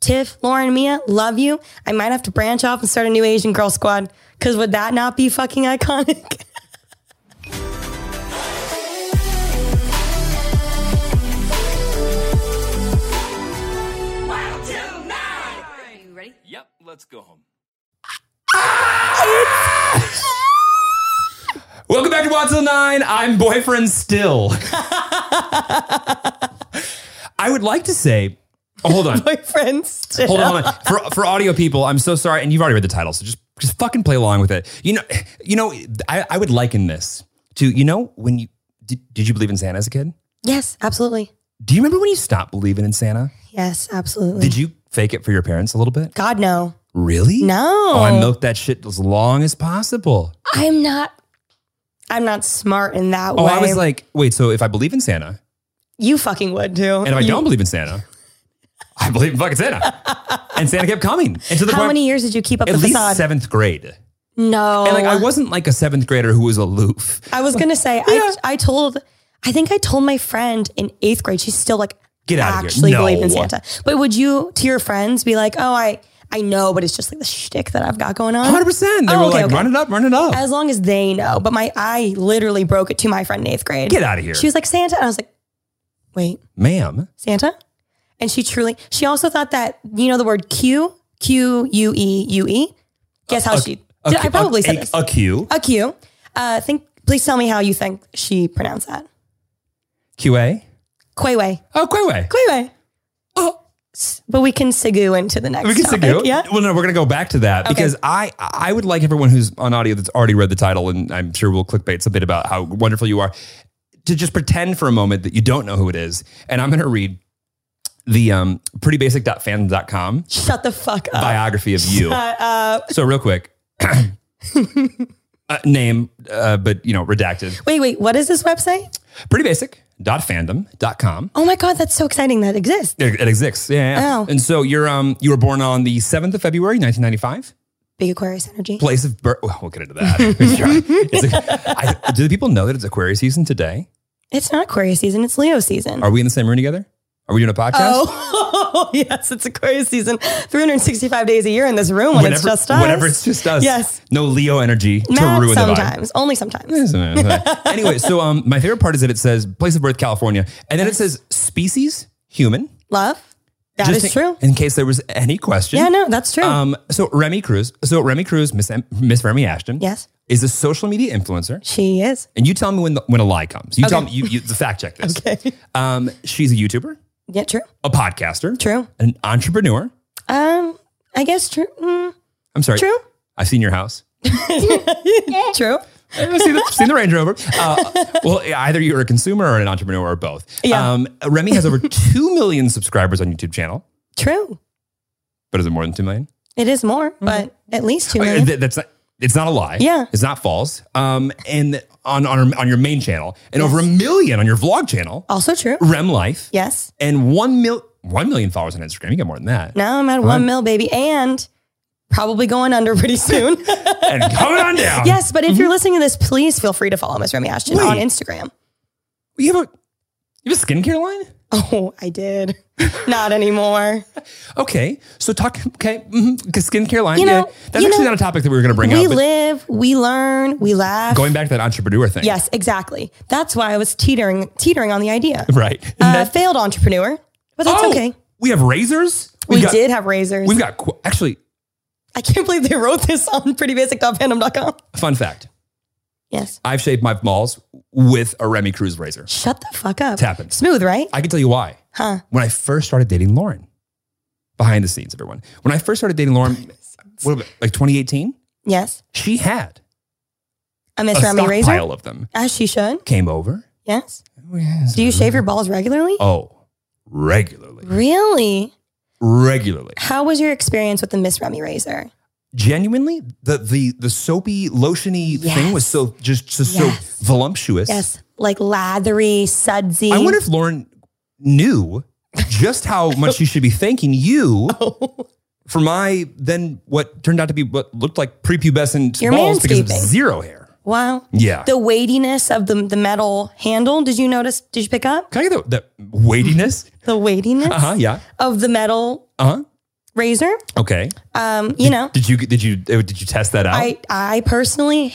Tiff, Lauren, Mia, love you. I might have to branch off and start a new Asian girl squad. Cause would that not be fucking iconic? Yep, let's go home. Welcome back to Watson 9. I'm boyfriend still. I would like to say, oh, hold on. Boyfriends. Hold on, hold on. For, for audio people, I'm so sorry. And you've already read the title, so just, just fucking play along with it. You know, you know, I, I would liken this to, you know, when you, did, did you believe in Santa as a kid? Yes, absolutely. Do you remember when you stopped believing in Santa? Yes, absolutely. Did you fake it for your parents a little bit? God no. Really? No. Oh, I milked that shit as long as possible. I'm not I'm not smart in that Oh, way. I was like, wait, so if I believe in Santa, you fucking would too. And if I don't believe in Santa, I believe in fucking Santa. and Santa kept coming. And to the How point, many years did you keep up at the least facade? Oh. seventh grade. No. And like, I wasn't like a seventh grader who was aloof. I was gonna say Yeah. I I told I think I told my friend in eighth grade. She's still like Get out of here. actually No. believed in Santa. But would you to your friends be like, oh I I know, but it's just like the shtick that I've got going on. 100%. They Oh, were okay, like, okay. run it up, run it up. As long as they know. But my I literally broke it to my friend in eighth grade. Get out of here. She was like Santa, and I was like, wait, Ma'am. Santa? And she truly. She also thought that you know the word Q Q U E U E. Guess Uh, how she? a- did, I probably a, said a, this. A Q. A Q. Uh, think. Please tell me how you think she pronounced that. QA. Quayway. Oh, Quayway. Quayway. Oh. S- But we can segue into the next. We can topic, go. Yeah. Well, no, we're going to go back to that because I I would like everyone who's on audio that's already read the title, and I'm sure we'll clickbait something about how wonderful you are, to just pretend for a moment that you don't know who it is. And I'm going to read the um, prettybasic.fandom.com Shut the fuck up. Uh, biography of you. Shut up. So real quick, uh, name, uh, but you know, redacted. Wait, wait. What is this website? Prettybasic.fandom.com. Oh my god, that's so exciting that it exists. It, it exists. Yeah. yeah. Oh. And so you're um you were born on the 7th of February, 1995. Big Aquarius energy. place of birth. Well, we'll get into that. It's a- I- do the people know that it's Aquarius season today? It's not Aquarius season. It's Leo season. Are we in the same room together? Are we doing a podcast? Oh, yes, it's Aquarius season. 365 days a year in this room when whenever, it's just us. whenever it's just us. Yes. No Leo energy Not to ruin sometimes, only sometimes. the vibe. anyway, so um, my favorite part is that it says place of birth California, and then it says species human. Love, That is Just in- true. In case there was any question. Yeah, no, that's true. Um, so Remy Cruz. So Remy Cruz, Miss Em- Miss Remy Ashton. Yes. Is a social media influencer. she is. And you tell me when the, when a lie comes. You tell me you, you the fact check this. Okay. Um, she's a YouTuber, Yeah, true. a podcaster, True. an entrepreneur. Um, I guess true. Mm, I'm sorry, True. I've seen your house. True. I've seen the, seen the Range Rover. Uh, well, either you're a consumer or an entrepreneur or both. Yeah. Um, Remy has over two million subscribers on YouTube channel, True. but is it more than two million? It is more, but at least two Mm-hmm. Oh, yeah, million. th- that's not, it's not a lie. Yeah. it's not false. Um, and on on, on your main channel, and over a million on your vlog channel, also true. Rem Life. Yes. and one mil one million followers on Instagram. You got more than that. Now I'm at one mil, baby, and probably going under pretty soon. Um, And coming on down. yes, but if you're listening to this, please feel free to follow Miss Remy Ashton on mm-hmm. Wait. Instagram. you have a you have a skincare line. Oh, I did. Not anymore. Okay, so talk. Okay, mhm, 'cause skincare line. You know- yeah, that's you actually know, not a topic that we were going to bring we up. but live, we learn, we laugh. going back to that entrepreneur thing. yes, exactly. That's why I was teetering, teetering on the idea. right. Uh, That- failed entrepreneur, but that's Oh, okay. We have razors. We, got- did have razors. We've got qu- actually I can't believe they wrote this on prettybasic.fandom.com. fun fact. Yes. I've shaved my balls with a Remy Cruz razor. Shut the fuck up. It's happened. Smooth, right? I can tell you why. Huh. When I first started dating Lauren, behind the scenes, everyone. When I first started dating Lauren, what, about- like 2018, Yes. she had A a Miss Remy razor. Oh, stockpile of them. As she should. Came over. Yes. Do you shave your balls regularly? Oh, regularly, Really? regularly. How was your experience with the Miss Remy razor? Genuinely, the the the soapy, lotiony thing was Yes. so just, just Yes. so voluptuous. Yes. Like lathery, sudsy. I wonder if Lauren knew just how much she should be thanking you Oh. for my then what turned out to be what looked like prepubescent Your balls because of manscaping. zero hair. Wow. Yeah. The weightiness of the, the metal handle. Did you notice? Did you pick up Can I get the, the weightiness? the weightiness Uh huh. Yeah. of the metal Uh huh. razor? Okay. Um, you know, Did you did you uh, did you test that out? I, I personally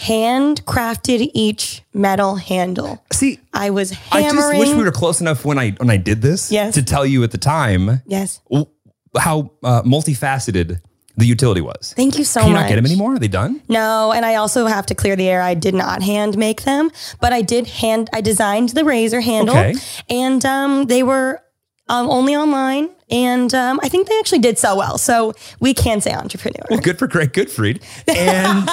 handcrafted each metal handle. see. I was I hammering. just wish we were close enough when I when I did this Yes. to tell you at the time Yes. w- how uh, multifaceted the utility was. Thank you so Can you much. not get them anymore? Are they done? No, and I also have to clear the air. I did not hand make them, but I did hand. I designed the razor handle, Okay. and um, they were um, only online, and um, I think they actually did sell well. So we can say entrepreneur. Well, good for Greg Goodfried. And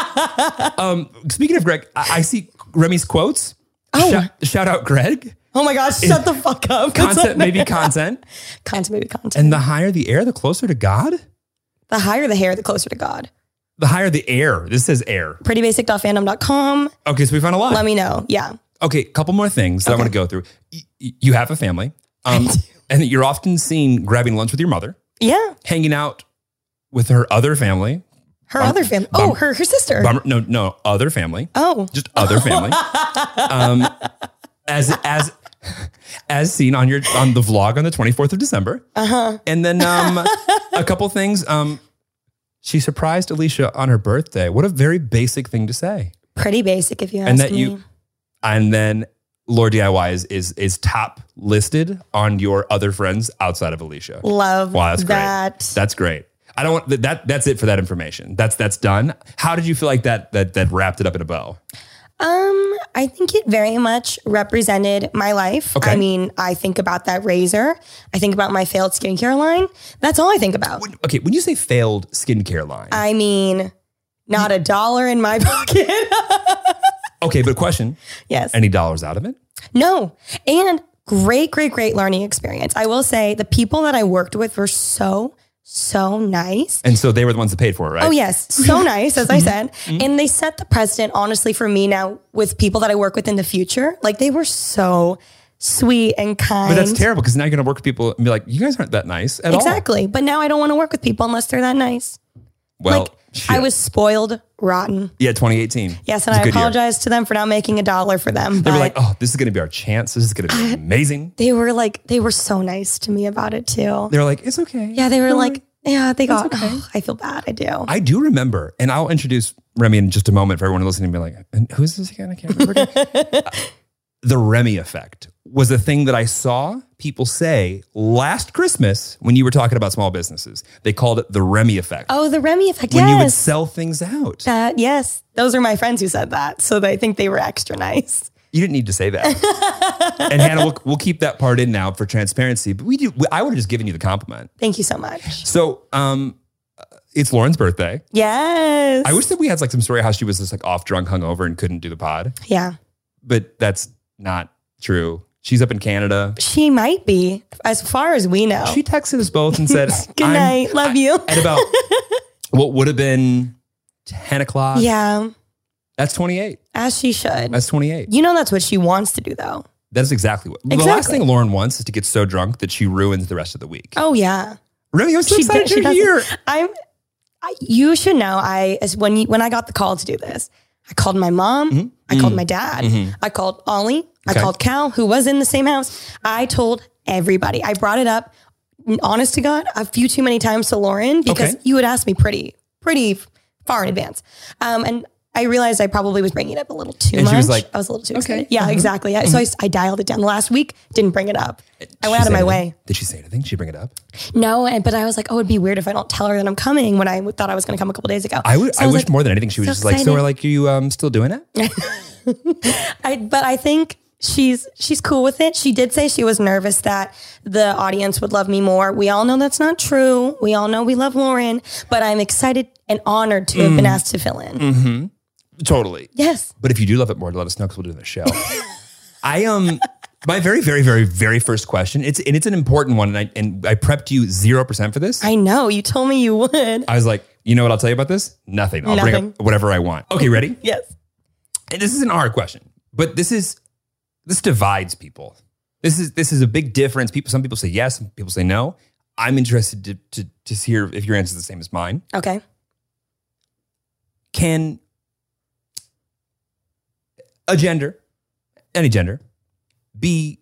um, speaking of Greg, I, I see Remy's quotes. Oh. Shout, shout out Greg. oh my gosh! Shut the fuck up. Concept maybe content. content, maybe content. And the higher the air, the closer to God. the higher the hair, the closer to God. The higher the air. This says air. Prettybasic.fandom.com. Okay, so we found a lot. Let me know. Yeah. okay, a couple more things that I want to go through. Y- y- you have a family, um, and you're often seen grabbing lunch with your mother, Yeah. hanging out with her other family. Her other family. Oh, her her sister. Bummer, no, no, other family. Oh. just other family. um, as as as seen on your on the vlog on the 24th of December. Uh-huh. And then um, a couple things. Um, she surprised Alicia on her birthday. What a very basic thing to say. Pretty basic, if you ask and that me. you and then Lord DIY is, is is top listed on your other friends outside of Alicia. love Wow, that's that. great. That's great. I don't want that. That's it for that information. That's that's done. How did you feel like that? That that wrapped it up in a bow. Um, I think it very much represented my life. Okay. I mean, I think about that razor. I think about my failed skincare line. That's all I think about. When- okay, when you say failed skincare line, I mean, not a dollar in my pocket. okay, but question: yes. any dollars out of it? No. And great, great, great learning experience. I will say the people that I worked with were so, so nice. And so they were the ones that paid for it, right? Oh yes, so nice as I Mm-hmm. said, and they set the precedent honestly for me now with people that I work with in the future. Like they were so sweet and kind. But that's terrible because now you're going to work with people and be like, you guys aren't that nice at Exactly. But now I don't want to work with people unless they're that nice. all. Well, like shit. I was spoiled rotten. yeah, 2018. Yes, It's and a I good year. apologize to them for not making a dollar for them. They but were like, oh, this is going to be our chance. This is going to be amazing. they were like they were so nice to me about it too. They were like, it's okay. Yeah, they were like, yeah, they got oh, I feel bad. I do. I do remember, and I'll introduce Remy in just a moment for everyone listening to be like, and who is this again? I can't remember. Uh, the Remy effect was a thing that I saw people say last Christmas when you were talking about small businesses. They called it the Remy effect. oh, the Remy effect. when you would Yes. sell things out. that, yes. Those are my friends who said that. So I think they were extra nice. You didn't need to say that. and Hannah, we'll, we'll keep that part in now for transparency. But we do. I would have just given you the compliment. Thank you so much. So, um, it's Lauren's birthday. Yes. I wish that we had like some story how she was just like off drunk, hungover, and couldn't do the pod. yeah. but that's not true. She's up in Canada. She might be, as far as we know. She texted us both and said, Oh. Good I'm- night. Love you. At about what would have been 10 o'clock. yeah. That's 28. As she should. That's 28. You know that's what she wants to do though. That's exactly what. The last Exactly. thing Lauren wants is to get so drunk that she ruins the rest of the week. Oh yeah. Remy, I'm so She excited did- she you're doesn't- here. I'm I, you should know I as when you, when I got the call to do this, I called my mom, I called my dad, I called Ollie, I Mm-hmm. Okay. called Cal who was in the same house. I told everybody. I brought it up honest to God a few too many times to Lauren because Okay. you would ask me pretty pretty far in advance. Um and I realized I probably was bringing it up a little too And much. she was like, Mm-hmm. I was a little too excited. Yeah, exactly. Yeah. So I, s- I dialed it down. Last week, didn't bring it up. I went She out of say my anything? way. Did she say anything? Did she bring it up? No, and but I was like, oh, it'd be weird if I don't tell her that I'm coming when I w- thought I was going to come a couple days ago. I would. So I was wish like, more than anything she was so just like, excited. so we're like, you um, still doing it? I, but I think she's she's cool with it. She did say she was nervous that the audience would love me more. We all know that's not true. We all know we love Lauren, but I'm excited and honored to have been asked to fill in. Totally. Yes. But if you do love it more, let us know because we'll do the show. I um my very, very, very, very first question. It's and it's an important one, and I and I prepped you zero percent for this. I, I know. You told me you would. was like, you know what I'll tell you about this? Nothing. I'll bring Nothing. up whatever I want. Okay, ready? Yes. and this is an hard question, but this is this divides people. This is this is a big difference. People, some people say yes, some people say no. I'm interested to to, to hear if your answer is the same as mine. Okay. Can a gender, any gender, be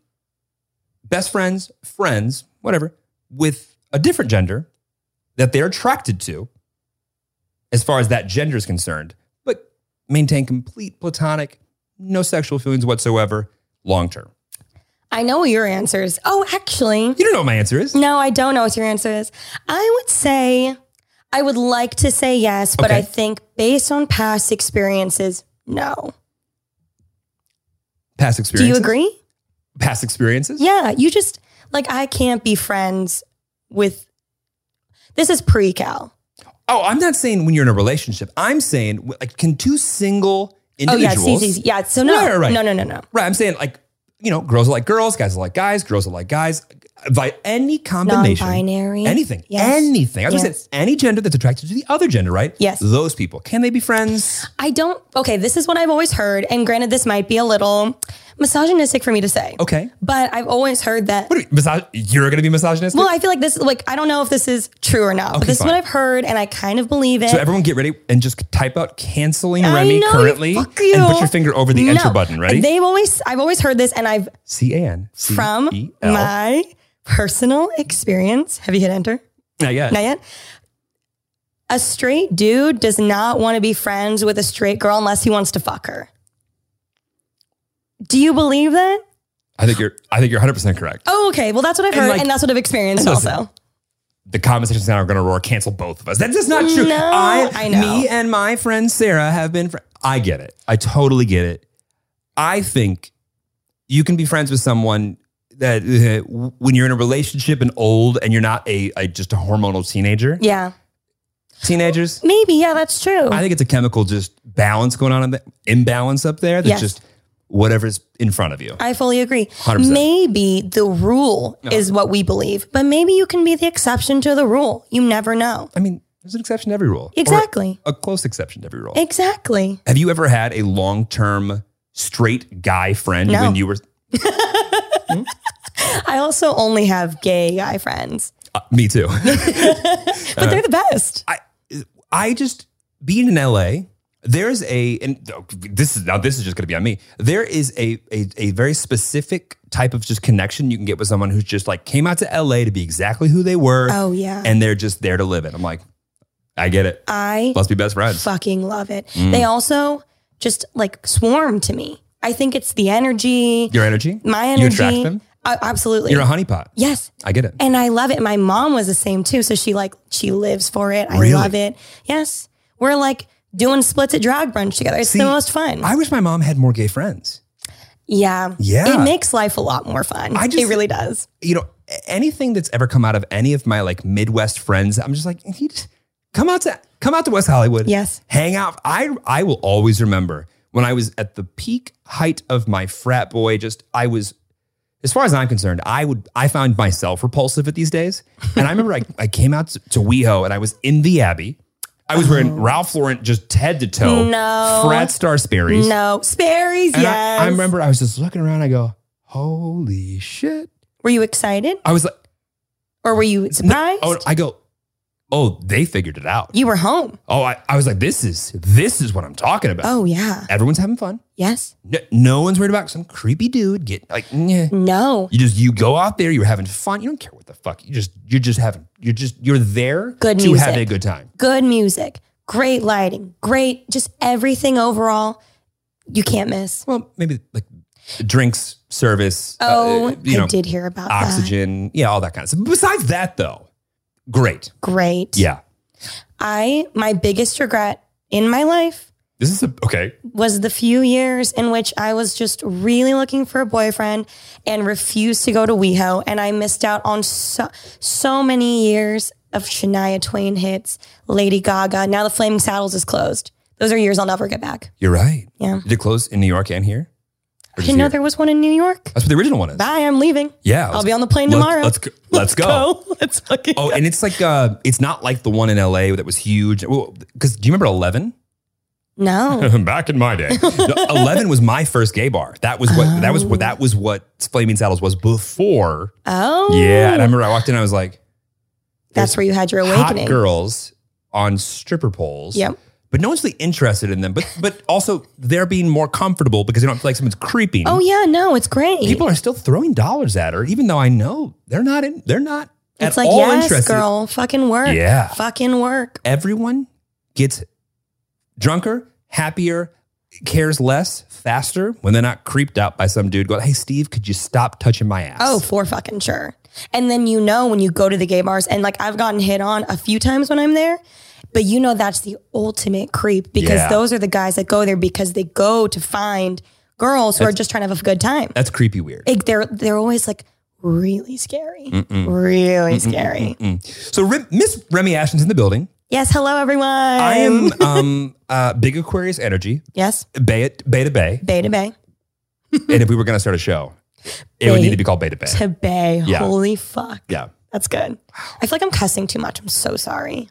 best friends, friends, whatever, with a different gender that they're attracted to, as far as that gender is concerned, but maintain complete platonic, no sexual feelings whatsoever, long term? I know your answers. Oh, actually, You don't know what my answer is. no, I don't know what your answer is. I would say I would like to say yes, but Okay. I think based on past experiences, no. Past Do you experiences. agree? Past experiences. Yeah, you just like I can't be friends with. This is pre-cal. Oh, I'm not saying when you're in a relationship. I'm saying like, can two single Oh yeah, individuals? see, see, see. yeah. So no, Right, right, right. no, no, no, no. Right. I'm saying like, you know, girls are like girls, guys are like guys, girls are like guys. By any combination, Non-binary. anything, Yes. anything. I was Yes. saying any gender that's attracted to the other gender, right? Yes. Those people can they be friends? I don't. Okay, this is what I've always heard, and granted, this might be a little misogynistic for me to say. Okay. but I've always heard that. What are you, misog- you're going to be misogynistic? Well, I feel like this. Like I don't know if this is true or not, but Okay, this is fine. what I've heard, and I kind of believe it. so everyone, get ready and just type out canceling eh, I Remy know, currently, fuck you. and put your finger over the No. enter button. Ready? They've always. I've always heard this, and I've C A N C E L. from my personal experience. Have you hit enter? Not yet. Not yet. A straight dude does not want to be friends with a straight girl unless he wants to fuck her. Do you believe that? I think you're. I think you're 100 percent correct. Oh, okay. Well, that's what I've And, heard, like- and that's what I've experienced And listen, also. the conversations now are going to roar cancel both of us. That's just not true. No, I know. Me and my friend Sarah have been. Fr- I get it. I totally get it. I think you can be friends with someone that uh, w- when you're in a relationship and old and you're not a, a just a hormonal teenager. Yeah. Teenagers. Maybe. Yeah, that's true. I think it's a chemical just balance going on in the imbalance up there. That's Yes. just whatever's in front of you. I fully agree. 100%. Maybe the rule is what we believe, but maybe you can be the exception to the rule. You never know. I mean, there's an exception to every rule. Or Exactly. a close exception to every rule. Exactly. Have you ever had a long term straight guy friend No. when you were? I also only have gay guy friends, Uh, me too. but they're the best. I I just being in LA. There's a and oh, this is now this is just going to be on me. There is a, a a very specific type of just connection you can get with someone who's just like came out to LA to be exactly who they were. Oh, yeah. and they're just there to live it. I'm like, I get it. I Let's Mm. be best friends. fucking love it. They also just like swarm to me. I think it's the energy, Your energy, my energy. You attract them. Uh, absolutely. You're a honeypot. yes. I get it. And I love it. My mom was the same too. So she like, she lives for it. I Really? love it. Yes. We're like doing splits at drag brunch together. It's See, the most fun. I wish my mom had more gay friends. yeah. Yeah. It makes life a lot more fun. I just- it really does. you know, a- anything that's ever come out of any of my like Midwest friends, I'm just like, he just come out to come out to West Hollywood. Yes. Hang out. I I will always remember when I was at the peak height of my frat boy, just I was as far as I'm concerned, I would I found myself repulsive at these days. And I remember I, I came out to, to WeHo and I was in the Abbey. I was wearing Ralph Lauren just head to toe. Oh. No. Frat star Sperry's. No. Sperry's. And I- Yes. I remember I was just looking around. I go, holy shit. Were you excited I was like, or were you surprised? Oh, I go, oh, they figured it out. you were home. oh, I, I was like, this is this is what I'm talking about. Oh yeah. Everyone's having fun. Yes. No, no one's worried about some creepy dude getting like. "Nyeh." No. You just you go out there. You're having fun. You don't care what the fuck. You just you're just having. You're just you're there Good to music. have a good time. good music, great lighting, great, just everything overall. You can't miss. Well, maybe like drinks, service. uh, Oh, you know, I did hear about that. oxygen. Yeah, all that kind of stuff. Besides that, though, great. Great. Yeah, I my biggest regret in my life This is a, okay. was the few years in which I was just really looking for a boyfriend and refused to go to WeHo, and I missed out on so so many years of Shania Twain hits, Lady Gaga. Now the Flaming Saddles is closed. Those are years I'll never get back. You're right. Yeah. Did it close in New York and here? Or I just didn't know here? there was one in New York. That's what the original one is. Bye, I'm leaving. yeah. I'll be on the plane Let- tomorrow. Let's go. Let's go. Let's fucking Oh, and it's like uh, it's not like the one in LA that was huge. Because do you remember Eleven? no. Back in my day, No, Eleven was my first gay bar. That was what that was what that was what Flaming Saddles was before. Oh, Yeah, and I remember I walked in, I was like, That's where you had your awakening. hot girls on stripper poles. Yep. But no one's really interested in them. But but also they're being more comfortable because they don't feel like someone's creeping. Oh yeah, no, it's great. People are still throwing dollars at her, even though I know they're not in. They're not it's at like all yes, interested. girl, fucking work. Yeah. fucking work. Everyone gets drunker, happier, cares less, faster when they're not creeped out by some dude going, "Hey, Steve, could you stop touching my ass?" Oh, for fucking sure. And then you know when you go to the gay bars, and like I've gotten hit on a few times when I'm there, but you know that's the ultimate creep because Yeah. those are the guys that go there because they go to find girls who are just trying to have a good time. that's creepy weird. Like they're they're always like really scary, really scary. So Rem- Miss Remy Ashton's in the building. Yes, hello everyone. I am um, uh, big Aquarius energy, yes, Bay at Bay to Bay. Bay to Bay and if we were going to start a show, it would Bay need to be called Beta Bay. to Bay. Yeah. Holy fuck. yeah. That's good. I feel like I'm cussing too much. I'm so sorry.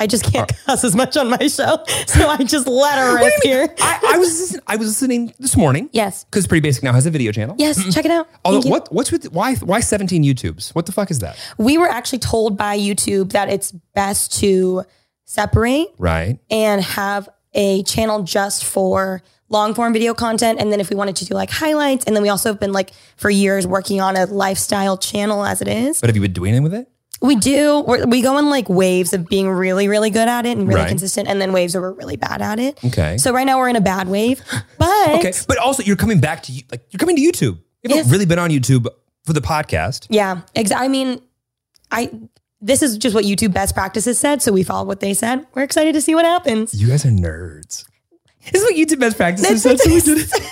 I just can't cuss as much on my show. So I just let her rip here. I, I was listen- I was listening this morning. Yes. Because Pretty Basic now has a video channel. Yes, check it out. Thank Although you. what what's with why why 17 YouTubes? What the fuck is that? We were actually told by YouTube that it's best to separate Right. and have a channel just for long form video content. And then if we wanted to do like highlights, and then we also have been like for years working on a lifestyle channel as it is. But have you been doing anything with it? We do. We're, we go in like waves of being really, really good at it and really Right. consistent, and then waves where we're really bad at it. Okay. So right now we're in a bad wave, but Okay. But also you're coming back to you- like you're coming to YouTube. You haven't Yes. really been on YouTube for the podcast. yeah, ex- I mean, I this is just what YouTube best practices said, so we followed what they said. We're excited to see what happens. You guys are nerds. This is what YouTube best practices. That's That's what we what did.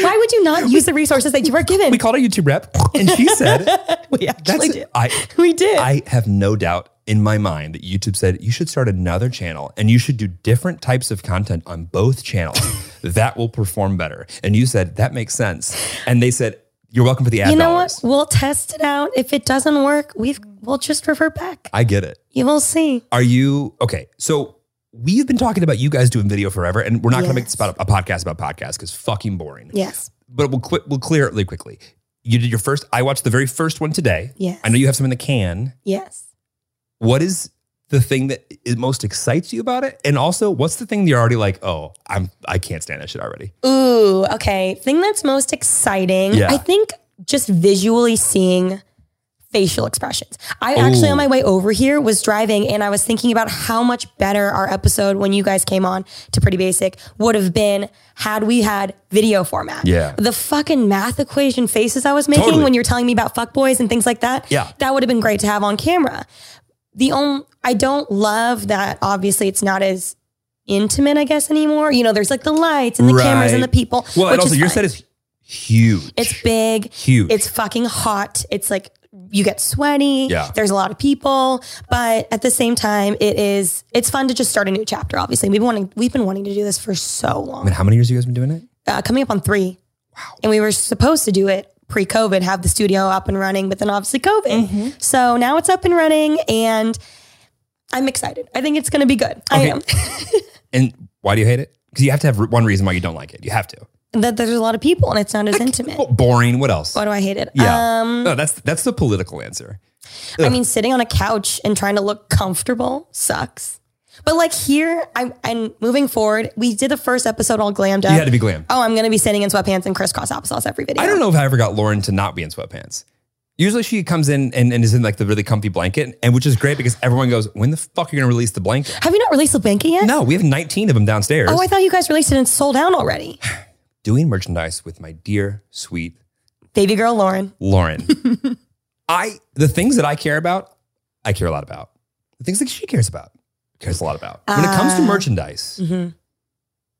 Why would you not use the resources that you were given? We called our YouTube rep and she said We That's actually it. did. I We did. I have no doubt in my mind that YouTube said you should start another channel and you should do different types of content on both channels. that will perform better. And you said that makes sense. And they said you're welcome for the ad you know dollars. what? We'll test it out. If it doesn't work, we've we'll just revert back. I get it. You will see. Are you okay? So we've been talking about you guys doing video forever, and we're not going to make this Yes. about a podcast about podcasts because fucking boring. Yes. But we'll quit. We'll clear it really quickly. You did your first. I watched the very first one today. Yes. I know you have some in the can. Yes. what is the thing that it most excites you about it? And also, what's the thing that you're already like, oh, I'm I can't stand that shit already? Ooh, okay. Thing that's most exciting. Yeah. I think just visually seeing facial expressions. I actually Ooh. on my way over here was driving and I was thinking about how much better our episode when you guys came on to Pretty Basic would have been had we had video format. Yeah. The fucking math equation faces I was making Totally. when you were telling me about fuckboys and things like that. Yeah. That would have been great to have on camera. The only I don't love that obviously it's not as intimate, I guess, anymore. You know, there's like the lights and the cameras and the Right. people. Well, which and also is your fine. set is huge. it's big, huge. it's fucking hot. It's like you get sweaty. Yeah. There's a lot of people, but at the same time, it is it's fun to just start a new chapter. Obviously, we've been wanting we've been wanting to do this for so I mean, long. how many years have you guys been doing it? Uh, coming up on three, wow. and we were supposed to do it pre-COVID, have the studio up and running, but then obviously COVID. Mm-hmm. So now it's up and running, and I'm excited. I think it's going to be good. I Okay. am. And why do you hate it? Because you have to have one reason why you don't like it. You have to. that there's a lot of people and it's not as intimate. Well, boring. What else? Why do I hate it? yeah. Um, no, that's that's the political answer. I mean, sitting on a couch and trying to look comfortable sucks. But like here, I'm and moving forward, we did the first episode all glammed up. You had to be glam. Oh, I'm gonna be sitting in sweatpants and crisscross applesauce every video. I don't know if I ever got Lauren to not be in sweatpants. Usually she comes in and, and is in like the really comfy blanket, and which is great because everyone goes, when the fuck are you gonna release the blanket? Have you not released the blanket yet? No, we have 19 of them downstairs. Oh, I thought you guys released it and sold out already. doing merchandise with my dear sweet Baby girl Lauren. Lauren. I the things that I care about, I care a lot Ah. Mm-hmm. about. The things that she cares about, cares a lot about. When it comes to merchandise,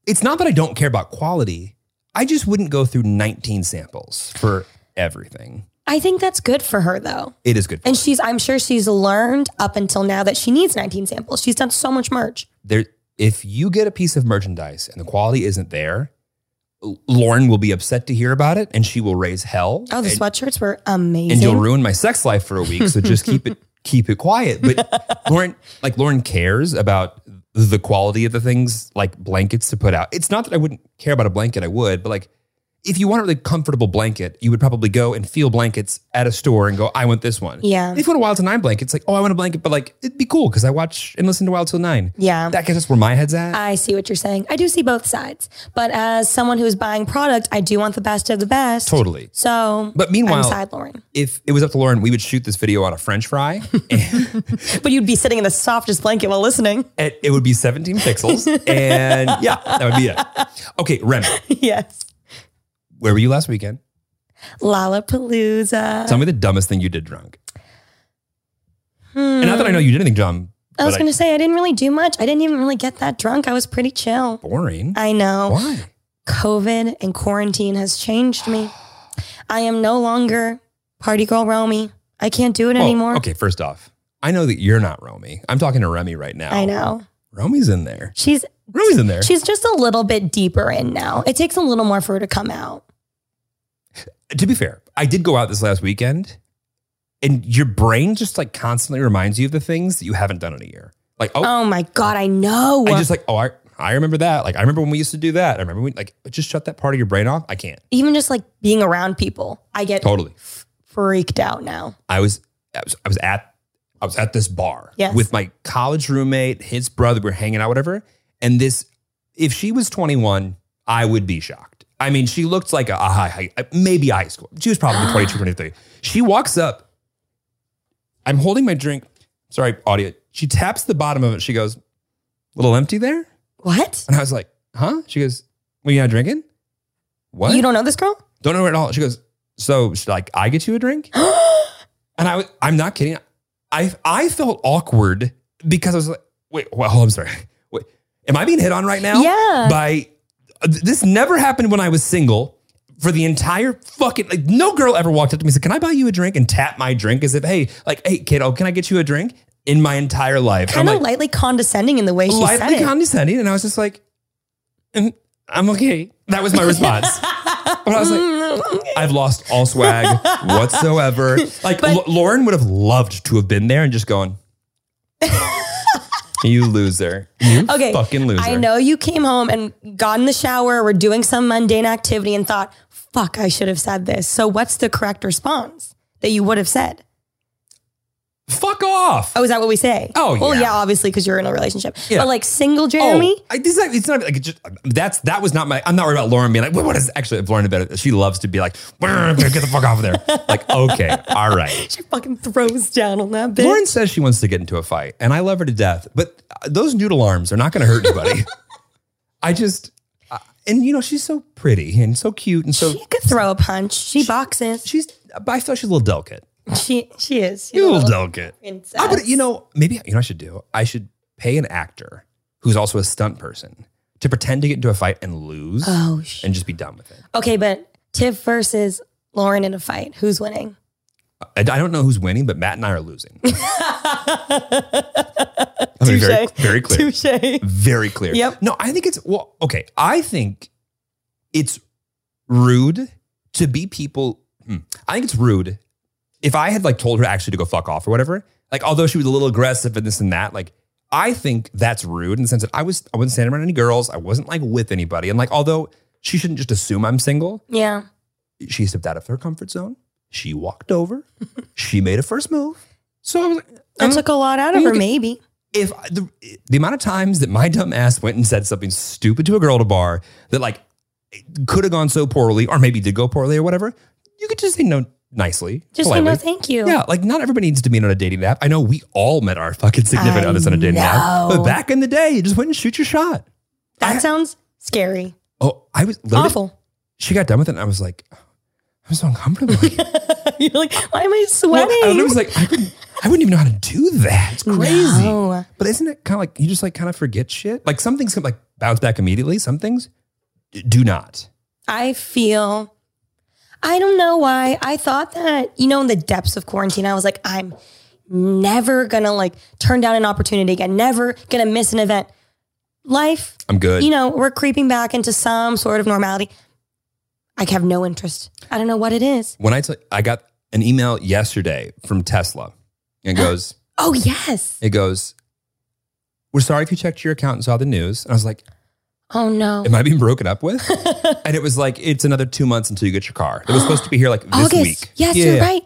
it's not that I don't care about quality. I just wouldn't go through 19 samples for everything. I think that's good for her though. It is good. For And her. she's, I'm sure she's learned up until now that she needs 19 samples. She's done so much merch. there, if you get a piece of merchandise and the quality isn't there, Lauren will be upset to hear about it, and she will raise hell. Oh, the and, sweatshirts were amazing. and you'll ruin my sex life for a week. So just keep it keep it quiet. But Lauren, like Lauren cares about the quality of the things like blankets to put out. It's not that I wouldn't care about a blanket, I would, but like if you want a really comfortable blanket, you would probably go and feel blankets at a store and go, I want this one. Yeah. If you want a Wild Till Nine blanket, it's like, oh, I want a blanket, but like it'd be cool because I watch and listen to Wild Till Nine. Yeah. That gets us where my head's at. I see what you're saying. I do see both sides. But as someone who's buying product, I do want the best of the best. totally. So, But I'm meanwhile, side Lauren. if it was up to Lauren, we would shoot this video on a French fry But you'd be sitting in the softest blanket while listening. it, it would be 17 pixels. And yeah, that would be it. Okay, Rem, yes. where were you last weekend? Lollapalooza. Tell me the dumbest thing you did drunk. And not that I know you did anything dumb. I was but going to say, I didn't really do much. I didn't even really get that drunk. I was pretty chill. boring. I know. Why? COVID and quarantine has changed me. I am no longer party girl Romy. I can't do it Well, anymore. Oh, Okay, first off, I know that you're not Romy. I'm talking to Remy right now. I know. Romy's in there. She's Romy's in there. she's just a little bit deeper in now. It takes a little more for her to come out. to be fair, I did go out this last weekend, and your brain just like constantly reminds you of the things that you haven't done in a year. Like, oh, Oh my god, I know. I just like, oh, I, I remember that. Like, I remember when we used to do that. I remember when, like, just shut that part of your brain off. I can't. Even just like being around people, I get Totally. freaked out now. I was, I was, I was at, I was at this bar Yes. with my college roommate, his brother. We were hanging out, whatever. And this, if she was 21, I would be shocked. I mean, she looked like a, a high, high, uh, maybe high school. She was probably 22, 23. She walks up. I'm holding my drink. Sorry, audio. She taps the bottom of it. She goes, little empty there. What? And I was like, huh? She goes, well, you not drinking? What? You don't know this girl? Don't know her at all. She goes, so she's like, I get you a drink? and I was, I'm not kidding. I, I felt awkward because I was like, wait, well, I'm sorry. Wait, am I being hit on right now? Yeah. By, uh, this never happened when I was single for the entire fucking, like no girl ever walked up to me and said, can I buy you a drink? And tap my drink as if, hey, like, hey kiddo, can I get you a drink? In my entire life. I'm Kind of like, lightly condescending in the way she lightly said it. condescending, and I was just like, "Mm, "I'm okay." That was my response. but I was Mm, like, "I've lost all swag whatsoever." Like L- Lauren would have loved to have been there and just gone, "You loser, you okay. fucking loser." I know you came home and got in the shower, were doing some mundane activity and thought, fuck, I should have said this. So what's the correct response that you would have said? Fuck off. Oh, is that what we say? Oh, Well, yeah. yeah, obviously, because you're in a relationship. Yeah. Oh. But like single Jeremy, I, this is, it's not like it just, that's that was not my. I'm not worried about Lauren being like, what, what is actually if Lauren about it? She loves to be like, "Brr, get the fuck off of there. Like, okay, all right. she fucking throws down on that bitch. Lauren says she wants to get into a fight, and I love her to death. But uh, those noodle arms are not going to hurt anybody. I just, uh, and you know, she's so pretty and so cute, and so she could throw a punch. She boxes. she's. But I feel like she's a little delicate. She she is. She's a You little little delicate. princess. I would, you know, maybe you know, what I should do. I should pay an actor who's also a stunt person to pretend to get into a fight and lose, Oh sh- and just be done with it. Okay, but Tiff versus Lauren in a fight. Who's winning? I, I don't know who's winning, but Matt and I are losing. I'm gonna be very, Touche. very clear. Touche. very clear. Yep. No, I think it's well, okay. I think it's rude to be people. hmm. I think it's rude if I had like told her actually to go fuck off or whatever. Like, although she was a little aggressive and this and that, like I think that's rude in the sense that I was I wasn't standing around any girls. I wasn't like with anybody. And like, although she shouldn't just assume I'm single, Yeah. she stepped out of her comfort zone. She walked over. she made a first move. So I was like, That I'm- took a lot out of you her, could- maybe. if I- the, the amount of times that my dumb ass went and said something stupid to a girl at a bar that like could have gone so poorly or maybe did go poorly or whatever, you could just say no nicely. Just say politely. no, thank you. Yeah, like not everybody needs to meet on a dating app. I know we all met our fucking significant I others on a dating app, know. but back in the day, you just went and shoot your shot. That I- sounds scary. Oh, I was literally, Awful. She got done with it, and I was like, "Oh, I'm so uncomfortable. Like, You're like, why am I well, I sweating? was like, I couldn't, I wouldn't even know how to do that. It's crazy. No. But isn't it kind of like you just like kind of forget shit? Like some things can like bounce back immediately. Some things do not. I feel, I don't know why. I thought that, you know, in the depths of quarantine, I was like, I'm never gonna like turn down an opportunity again, never gonna miss an event. Life, I'm good. you know, we're creeping back into some sort of normality. I have no interest. I don't know what it is. when I tell, I got an email yesterday from Tesla. It goes, Oh, yes. it goes. We're sorry if you checked your account and saw the news. And I was like, Oh, no. Am I being broken up with? and it was like, it's another two months until you get your car. It was supposed to be here like this August. week. Yes, Yeah. you're right.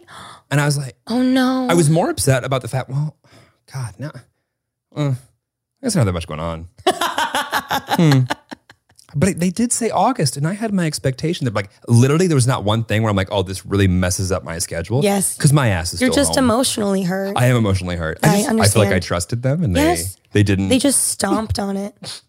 And I was like, Oh, no. I was more upset about the fact, well, God, no. Uh, I guess not that much going on. Hmm. But it- they did say August, and I had my expectation that, like, literally, there was not one thing where I'm like, oh, this really messes up my schedule. Yes. Because my ass is You're still just home. emotionally hurt. I am emotionally hurt. I just- I feel like I understand. trusted them, and Yes. they, they didn't. they just stomped on it.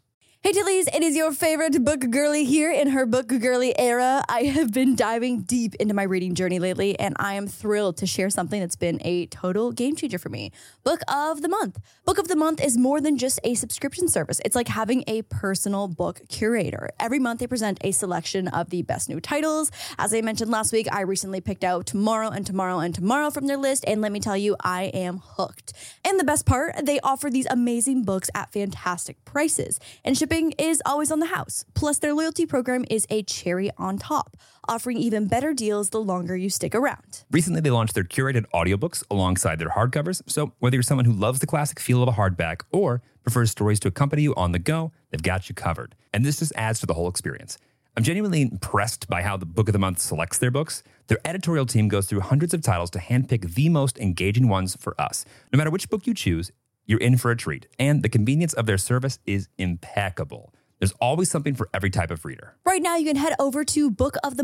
Hey Dillies, it is your favorite book girly here in her book girly era. I have been diving deep into my reading journey lately, and I am thrilled to share something that's been a total game changer for me. Book of the Month. Book of the Month is more than just a subscription service, it's like having a personal book curator. Every month, they present a selection of the best new titles. As I mentioned last week, I recently picked out Tomorrow and Tomorrow and Tomorrow from their list, and let me tell you, I am hooked. And the best part, they offer these amazing books at fantastic prices, and shipping is always on the house. Plus, their loyalty program is a cherry on top, offering even better deals the longer you stick around. Recently, they launched their curated audiobooks alongside their hardcovers. So, whether you're someone who loves the classic feel of a hardback or prefers stories to accompany you on the go, they've got you covered. And this just adds to the whole experience. I'm genuinely impressed by how the Book of the Month selects their books. Their editorial team goes through hundreds of titles to handpick the most engaging ones for us. No matter which book you choose, you're in for a treat. And the convenience of their service is impeccable. There's always something for every type of reader. Right now, you can head over to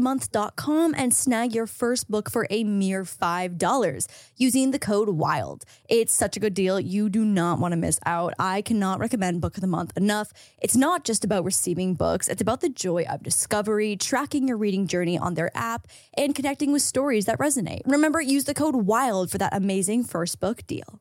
bookofthemonth.com and snag your first book for a mere $5 using the code WILD. It's such a good deal. You do not want to miss out. I cannot recommend Book of the Month enough. It's not just about receiving books, it's about the joy of discovery, tracking your reading journey on their app, and connecting with stories that resonate. Remember, use the code WILD for that amazing first book deal.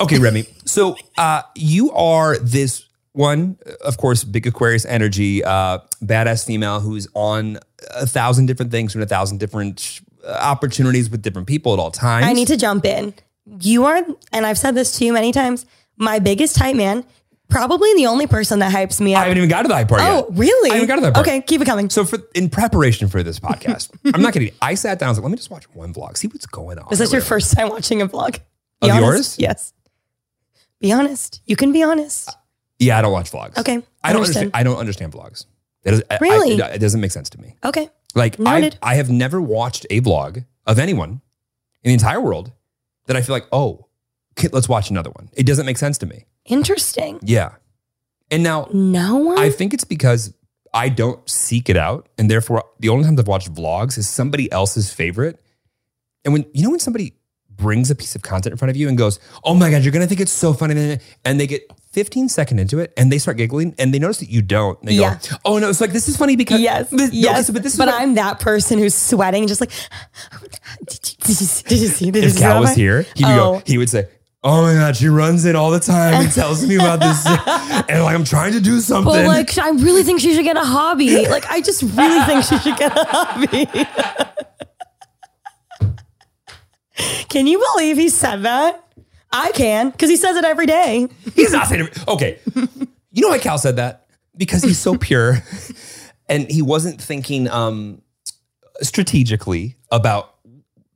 Okay, Remy. So uh, you are this one, of course, big Aquarius energy, uh, badass female who's on a thousand different things and a thousand different uh, opportunities with different people at all times. I need to jump in. You are, and I've said this to you many times, my biggest hype man, probably the only person that hypes me I up. haven't even got to the high part yet. oh, really? I haven't got to that part. Okay, keep it coming. So for in preparation for this podcast, I'm not kidding. I sat down. I was like, let me just watch one vlog, see what's going on. Is this your Whatever. first time watching a vlog? Of honest. yours? Yes. Be honest. You can be honest. Yeah, I don't watch vlogs. Okay, I don't understand. understand. I don't understand vlogs. It doesn't, I- I- Really? it doesn't make sense to me. Okay. Like I, Noted. I have never watched a vlog of anyone in the entire world that I feel like, oh, okay, let's watch another one. It doesn't make sense to me. Interesting. Yeah. And now No one. I think it's because I don't seek it out. And therefore, the only times I've watched vlogs is somebody else's favorite. And when, you know, when somebody brings a piece of content in front of you and goes, oh my God, you're going to think it's so funny. And they get 15 second into it and they start giggling and they notice that you don't. And they Yeah. go, oh no, it's like, this is funny because. yes. This- okay, yes. so- but but this is what- I'm that person who's sweating, just like, did you, did you, see- did you see this? if Cal was here, he would oh, go, he would say, Oh my God, she runs it all the time and tells me about this. and like, I'm trying to do something. But like, I really think she should get a hobby. Like, I just really think she should get a hobby. can you believe he said that? I can, because he says it every day. he's not saying, okay. you know why Cal said that? Because he's so pure and he wasn't thinking um, strategically about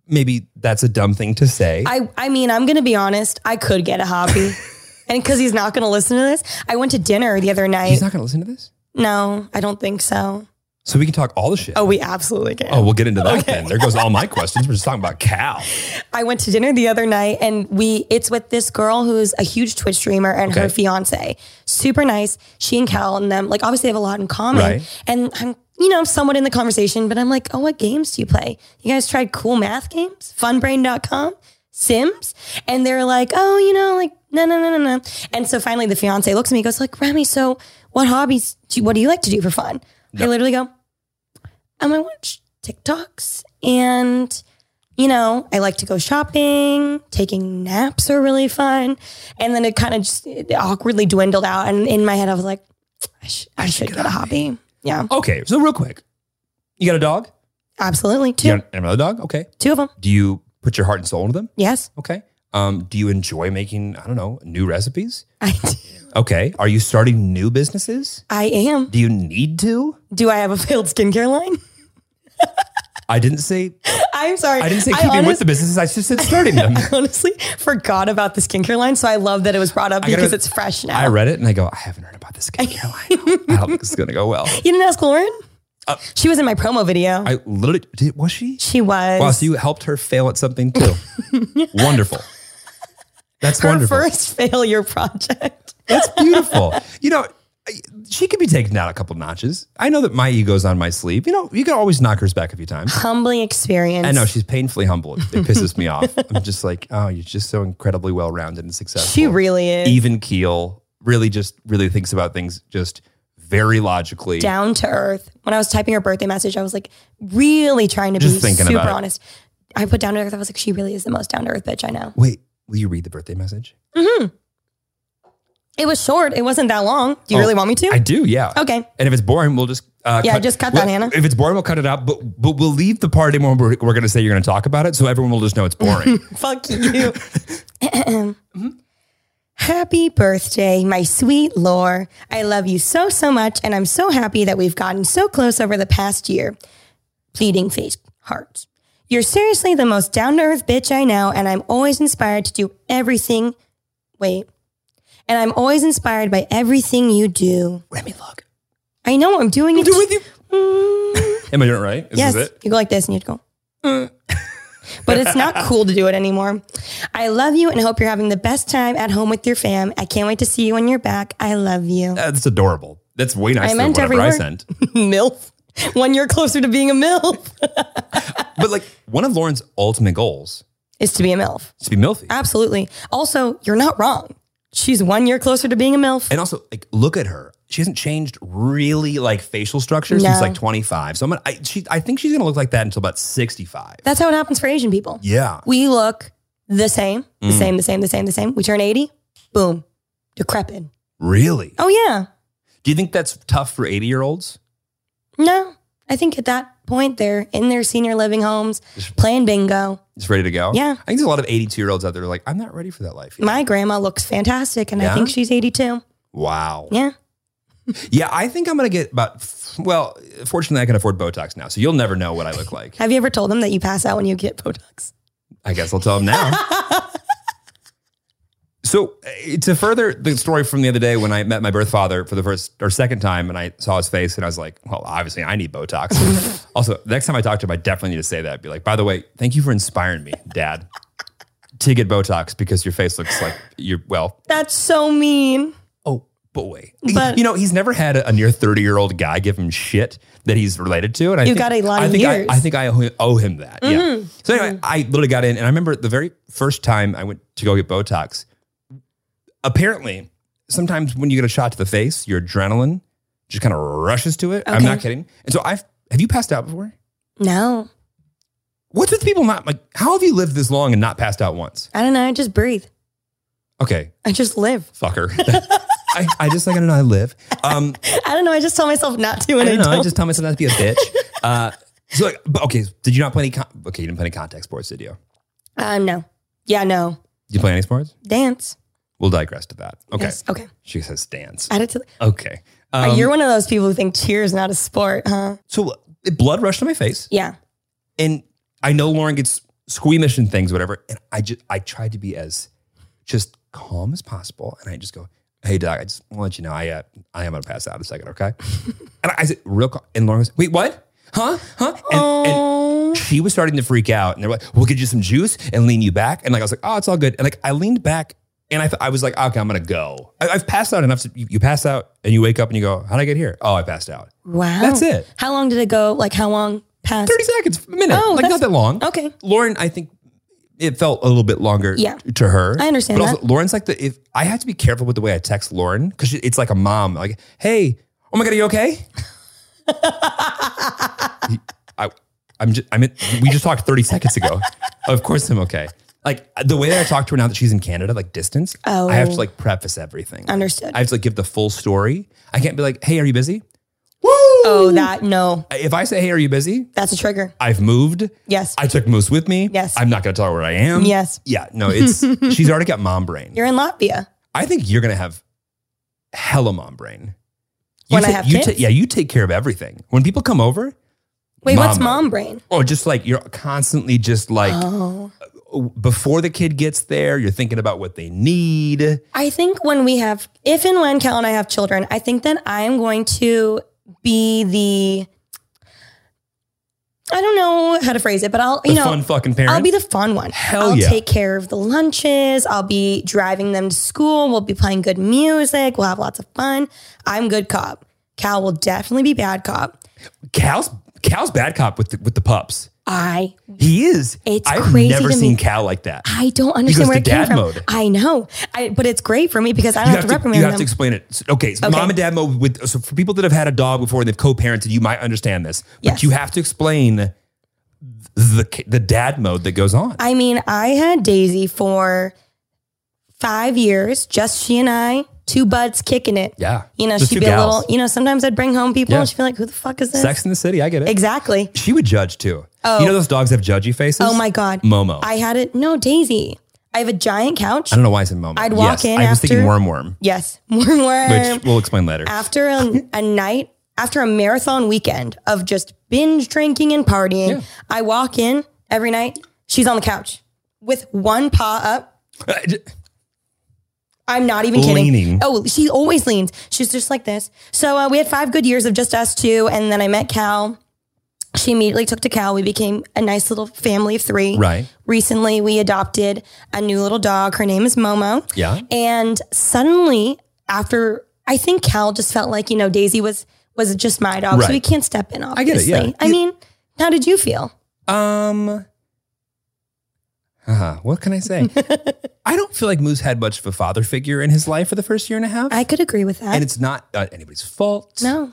maybe that's a dumb thing to say. I, I mean, I'm going to be honest. I could get a hobby. and because he's not going to listen to this, I went to dinner the other night. he's not going to listen to this? no, I don't think so. So we can talk all the shit. Oh, we absolutely can. Oh, we'll get into that then. There goes all my questions. We're just talking about Cal. I went to dinner the other night and we it's with this girl who's a huge Twitch streamer and her Okay. fiance. Super nice. She and Cal and them like obviously they have a lot in common. Right. And I'm you know, I'm somewhat in the conversation, but I'm like, oh, what games do you play? You guys tried cool math games? Funbrain.com? Sims? And they're like, oh, you know, like, no, no, no, no, no. And so finally the fiance looks at me, goes like, Remy, so what hobbies, do you, what do you like to do for fun? I literally go, um, I watch TikToks and you know, I like to go shopping, taking naps are really fun. And then it kind of just it awkwardly dwindled out. And in my head, I was like, I, sh- I should get a hobby. Yeah, Okay, so real quick, you got a dog? absolutely. Two, You got another dog? Okay. two of them. Do you put your heart and soul into them? Yes, Okay. Um, do you enjoy making, I don't know, new recipes? I, do. Okay. Are you starting new businesses? I am. Do you need to? Do I have a failed skincare line? I didn't say I'm sorry. I didn't say keeping with honest- the businesses. I just said starting them. I honestly forgot about the skincare line. So I love that it was brought up gotta- because it's fresh now. I read it and I go, I haven't heard about this skincare line. I don't think it's gonna go well. you didn't ask Lauren? she was in my promo video. Uh, I literally did, was she? she was. Wow, so you helped her fail at something too. wonderful. That's her wonderful. first failure project. That's beautiful. you know, I- she could be taken down a couple notches. I know that my ego's on my sleeve. You know, you can always knock hers back a few times. Humbling experience. I know she's painfully humble. It pisses me off. I'm just like, oh, you're just so incredibly well rounded and successful. She really is even keel, really just really thinks about things just very logically. down to earth. When I was typing her birthday message, I was like really trying to Just be thinking super about it. honest. I put down to earth. I was like, she really is the most down to earth bitch I know. Wait, will you read the birthday message? It was short. It wasn't that long. Do you Oh, really want me to? I do, yeah. okay. And if it's boring, we'll just uh, Yeah, just cut that, we'll- Hannah. If it's boring, we'll cut it out. But but we'll leave the part in when we're, we're going to say you're going to talk about it, so everyone will just know it's boring. Fuck you. Happy birthday, my sweet Lore. I love you so, so much, and I'm so happy that we've gotten so close over the past year. Pleading face, heart. You're seriously the most down to earth bitch I know, and I'm always inspired to do everything. Wait. And I'm always inspired by everything you do. Remy, look, I know I'm doing it. do with you. Am I doing it right? This yes. is it. You go like this and you'd go. "Mm." but it's not cool to do it anymore. I love you and hope you're having the best time at home with your fam. I can't wait to see you when you're back. I love you. Uh, That's adorable. That's way nicer than meant whatever every I word. sent. MILF. One year closer to being a MILF But like one of Lauren's ultimate goals is to be a MILF. is to be milfy. Absolutely. Also, you're not wrong. She's one year closer to being a MILF. And also, like, look at her. She hasn't changed really like facial structure since No. like 25. So I'm gonna, I, she, I think she's gonna look like that until about 65. That's how it happens for Asian people. yeah. Mm. We look the same, the same, the same, the same, the same. We turn 80, boom, decrepit. Really? Oh, yeah. Do you think that's tough for 80 year olds? No, I think at that point they're in their senior living homes playing bingo. Just ready to go? Yeah. I think there's a lot of 82 year olds out there who are like, I'm not ready for that life. yet." My grandma looks fantastic, and Yeah? I think she's 82. wow. Yeah. Yeah, I think I'm gonna get about, well, fortunately, I can afford Botox now. So you'll never know what I look like. Have you ever told them that you pass out when you get Botox? I guess I'll tell him now. so uh, to further the story from the other day when I met my birth father for the first or second time and I saw his face and I was like, well, obviously I need Botox. also, next time I talk to him, I definitely need to say that. Be like, by the way, thank you for inspiring me, dad, to get Botox because your face looks like you're, well, That's so mean. oh boy. But- you know, he's never had a, a near 30 year old guy give him shit that he's related to. And I You've think, got a lot I of think years. Mm-hmm. I, I think I owe him, owe him that. Yeah. So anyway, I literally got in and I remember the very first time I went to go get Botox. Apparently, sometimes when you get a shot to the face, your adrenaline just kind of rushes to it. I'm Okay. not kidding. And so I've, have you passed out before? No, What's with people not like, how have you lived this long and not passed out once? I don't know. I just breathe. Okay, I just live. fucker. I, I just like, I don't know, I live. Um, I don't know. I just tell myself not to, and I, I don't don't. know. I just tell myself not to be a bitch. Uh, so like, but okay, did you not play any? Con- okay, you didn't play any contact sports, did you? uh, no. Yeah, no. Did you play any sports? Dance. We'll digress to that. Okay. Yes. Okay. She says dance. Add it to. Okay. Oh, Um, You're one of those people who think cheer is not a sport, huh? so it blood rushed to my face, Yeah. and I know Lauren gets squeamish and things, whatever. And I just I tried to be as just calm as possible, and I just go, hey Doc, I just want to let you know I uh, I am gonna pass out in a second, okay? and I, I said real calm. And Lauren goes, wait, what? Huh? Huh? And, and she was starting to freak out, and they're like, we'll get you some juice and lean you back. And like I was like, oh, it's all good. And like I leaned back, and I th- I was like, okay, I'm gonna go. I, I've passed out enough. To, you, you pass out, and you wake up, and you go, how did I get here? Oh, I passed out. Wow. That's it. How long did it go? Like how long passed? Thirty seconds, a minute, Oh, like not that's- that long. Okay. Lauren, I think it felt a little bit longer Yeah. to her. I understand But that. also, Lauren's like the, if I have to be careful with the way I text Lauren because it's like a mom, like, hey, oh my God, are you okay? I, I'm just, I'm, in- we just talked 30 seconds ago. of course I'm okay. Like the way that I talk to her now that she's in Canada, like distance, I have to Oh. like preface everything. Understood. I have to like give the full story. I can't be like, hey, are you busy? Woo! oh, that no. If I say, hey, are you busy? That's a trigger. I've moved. Yes. I took Moose with me. Yes. I'm not going to tell her where I am. Yes. Yeah. No, it's, she's already got mom brain. You're in Latvia. I think you're going to have hella mom brain. You When I ta- have you kids? ta- yeah, you take care of everything. When people come over, Wait, what's Mama. mom brain? or just like you're constantly just like Oh. before the kid gets there, you're thinking about what they need. I think when we have, if and when Cal and I have children, I think then I'm going to be the, I don't know how to phrase it, but I'll, The you know, fun fucking parent. I'll be the fun one. Hell I'll yeah. take care of the lunches. I'll be driving them to school. We'll be playing good music. We'll have lots of fun. I'm good cop. Cal will definitely be bad cop. Cal's Cal's bad cop with the, with the pups. I He is. It's I've crazy never to seen me. Cal like that. I don't understand goes where to it came dad from. mode. I know, I, but it's great for me because I don't You have, have to to, reprimand you have to them. explain it. So- Okay, so Okay. mom and dad mode with so for people that have had a dog before and they've co-parented, you might understand this, but Yes. you have to explain the the dad mode that goes on. I mean, I had Daisy for five years, just she and I, two buds kicking it. Yeah. You know, Just she'd two be a gals. little, you know, sometimes I'd bring home people Yeah. and she'd be like, who the fuck is this? Sex in the City, I get it. Exactly. She would judge too. Oh. You know those dogs have judgy faces? Oh my God. Momo. I, I had it. No, Daisy. I have a giant couch. don't know why I said Momo. I'd walk Yes, in I was thinking after- Um, Worm Worm, Yes. Worm worm. which we'll explain later. after a, a night, after a marathon weekend of just binge drinking and partying, Yeah. I walk in every night. She's on the couch with one paw up, I'm not even kidding. Leaning. Oh, she always leans. She's just like this. So uh, we had five good years of just us two, and then I met Cal. She immediately took to Cal. We became a nice little family of three. Right. Recently, we adopted a new little dog. Her name is Momo. Yeah. And suddenly, after I think Cal just felt like you know Daisy was was just my dog, so Right. we can't step in. get it, Obviously, yeah. I You- mean, how did you feel? Um, uh, what can I say? I don't feel like Moose had much of a father figure in his life for the first year and a half. I could agree with that. and it's not uh, anybody's fault. no.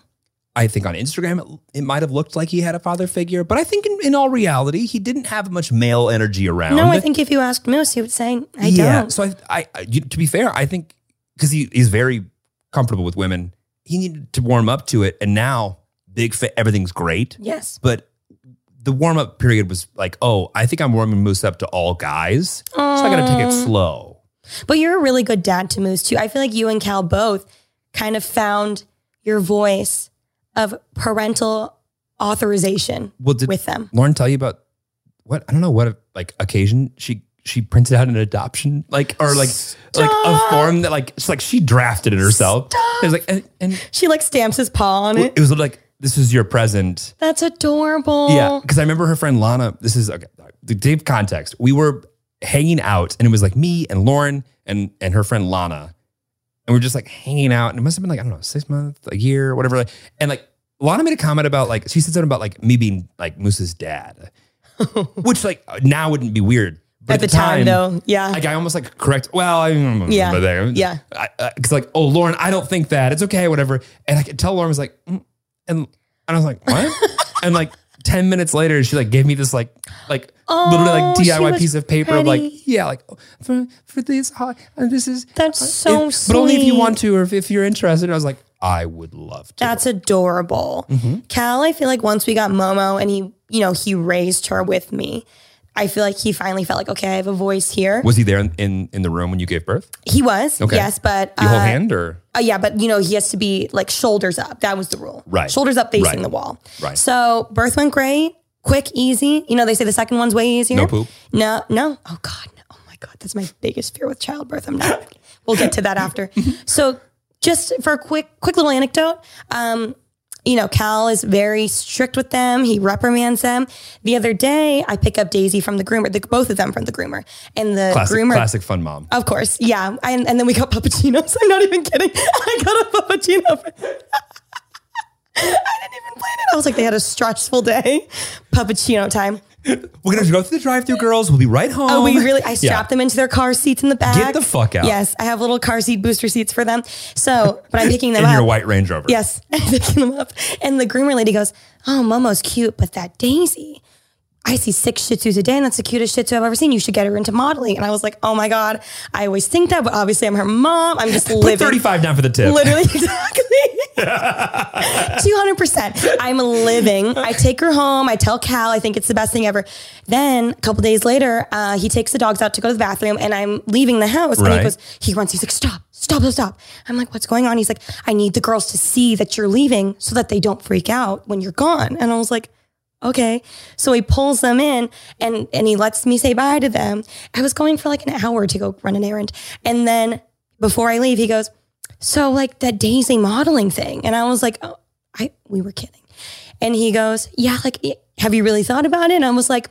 I think on Instagram it, it might have looked like he had a father figure, but I think in, in all reality he didn't have much male energy around. No, I think if you asked Moose, he would say, "I don't." So I, I, I you, to be fair, I think because he is very comfortable with women, he needed to warm up to it, and now big fit, everything's great. Yes. But the warm up period was like, oh, I think I'm warming Moose up to all guys, so I got to take it slow. But you're a really good dad to Moose too. I feel like you and Cal both kind of found your voice of parental authorization Well, did with them. Lauren tell you about what I don't know what like occasion she she printed out an adoption like or like like a form that like it's like she drafted it herself. It was like and, and She like stamps his paw on it it. was like this is your present. That's adorable. Yeah, because I remember her friend Lana. This is okay. To give context, we were hanging out, and it was like me and Lauren and and her friend Lana, and we are just like hanging out. And it must have been like I don't know, six months, a year, whatever. like- And like Lana made a comment about like she said something about like me being like Moose's dad, which like now wouldn't be weird. But At the time, though, yeah. like I almost like correct. Well, I Yeah. but there- Yeah. I- I- Cause like, oh, Lauren, I don't think that it's okay, whatever. And I could tell Lauren was like, mm, and and I was like, what? and like ten minutes later, she like gave me this like like Oh, literally like she DIY was piece of paper of like pretty. yeah like oh, for for this uh, this is That's uh, so if- but only if you sweet. want to or if, if you're interested. And I was like, I would love to. That's adorable. Cal, I feel like once we got Momo and he, you know, he raised her with me. I feel like he finally felt like, okay, I have a voice here. was he there in, in in the room when you gave birth? He was, Okay. yes, but You hold uh, hand or Oh yeah, but you know he has to be like shoulders up. That was the rule. Right. Shoulders up, facing Right. the wall. Right. So birth went great, quick, easy. You know they say the second one's way easier. No poop? No, no. Oh god. no. Oh my god, that's my biggest fear with childbirth. I'm not. we'll get to that after. so just for a quick quick little anecdote, um, you know, Cal is very strict with them. He reprimands them. The other day, I pick up Daisy from the groomer, the, both of them from the groomer, and the Classic, groomer. classic fun mom. Of course, yeah, and, and then we got puppuccinos. I'm not even kidding. I got a puppuccino. For, I didn't even plan it. I was like, they had a stressful day, puppuccino time. We're gonna have to go through the drive-through, girls. We'll be right home. Oh, we really? I strapped them into their car seats in the back. Um, the fuck out. Yes, I have little car seat booster seats for them. So, but I'm picking them in up. your white Range Rover. Yes, I'm picking them up, and the groomer lady goes, "Oh, Momo's cute, but that Daisy." I see six Shih Tzus a day, and that's the cutest Shih Tzu I've ever seen. You should get her into modeling. And I was like, "Oh my god!" I always think that, but obviously I'm her mom. I'm just Put living. 35 down for the tip. Literally, exactly. 200%. I'm living. I take her home. I tell Cal, I think it's the best thing ever. Then a couple days later, uh, he takes the dogs out to go to the bathroom and I'm leaving the house. And Right. he goes, he runs, he's like, stop, stop, stop, stop. I'm like, what's going on? He's like, I need the girls to see that you're leaving so that they don't freak out when you're gone. And I was like, okay. So he pulls them in and, and he lets me say bye to them. I was going for like an hour to go run an errand. And then before I leave, he goes, so like that Daisy modeling thing. And I was like, oh, I, we were kidding. And he goes, yeah, like, i- have you really thought about it? And I was like,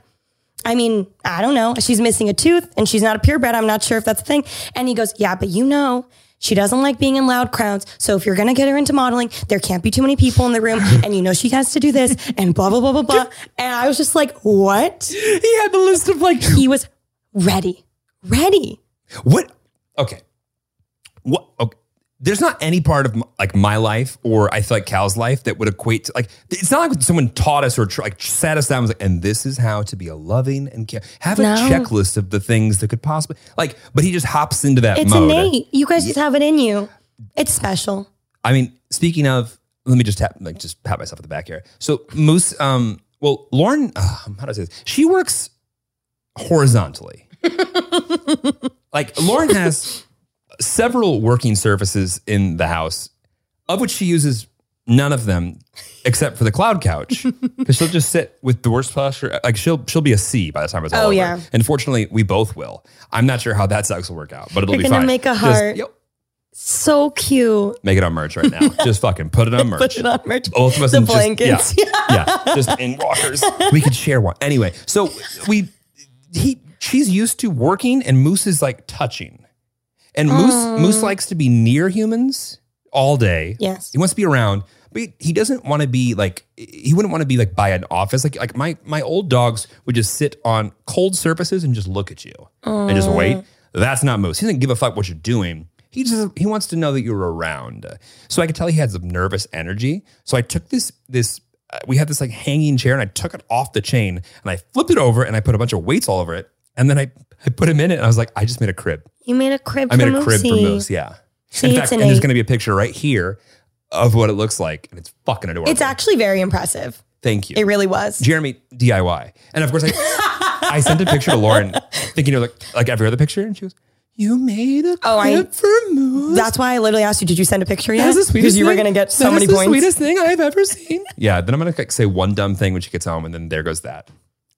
I mean, I don't know. She's missing a tooth and she's not a purebred. I'm not sure if that's a thing. And he goes, yeah, but you know, she doesn't like being in loud crowds. So if you're going to get her into modeling, there can't be too many people in the room. And you know, she has to do this and blah, blah, blah, blah, blah. And I was just like, what? He had the list of like He was ready, ready. What? Okay. What? Okay. There's not any part of m- like my life or I feel like Cal's life that would equate to like it's not like someone taught us or tr- like sat us down and was like, and this is how to be a loving and care. Have a No. checklist of the things that could possibly like, but he just hops into that It's mode. innate. You guys just have it in you. It's special. I mean, speaking of, let me just tap, like, just pat myself at the back here. So Moose, um, well, Lauren, uh, how do I say this? She works horizontally. like Lauren has several working surfaces in the house, of which she uses none of them except for the cloud couch because she'll just sit with the worst posture. Like she'll she'll be a C by the time it's all Oh, over. yeah. And fortunately, we both will. I'm not sure how that sex will work out, but it'll You're be gonna fine. make a Just- heart. yep. So cute. Make it on merch right now. just fucking put it on merch. Put it on merch. Both of us The in just- blankets. yeah, yeah, just in walkers. We could share one. Anyway, so we he she's used to working and Moose is like touching. And Moose Moose likes to be near humans all day. Yes. He wants to be around, but he- he doesn't want to be like he wouldn't want to be like by an office. Like like my my old dogs would just sit on cold surfaces and just look at you and just wait. That's not Moose. He doesn't give a fuck what you're doing. He just he wants to know that you're around. So I could tell he had some nervous energy. So I took this this uh, we had this like hanging chair and I took it off the chain and I flipped it over and I put a bunch of weights all over it and then I I put him in it and I was like I just made a crib. You made a crib. I made for a crib for Moosey. Moose. Yeah. See, in it's fact, an and there's eight. going to be a picture right here of what it looks like, and it's fucking adorable. It's actually very impressive. thank you, It really was. Jeremy DIY. And of course, I, I sent a picture to Lauren, thinking it was like like every other picture, and she was, "You made a Oh, I- crib for Moose." That's why I literally asked you, did you send a picture yet? That's the sweetest Because you were thing. going to get so That is many the points. sweetest thing I've ever seen. yeah. Then I'm gonna like, say one dumb thing when she gets home, and then there goes that.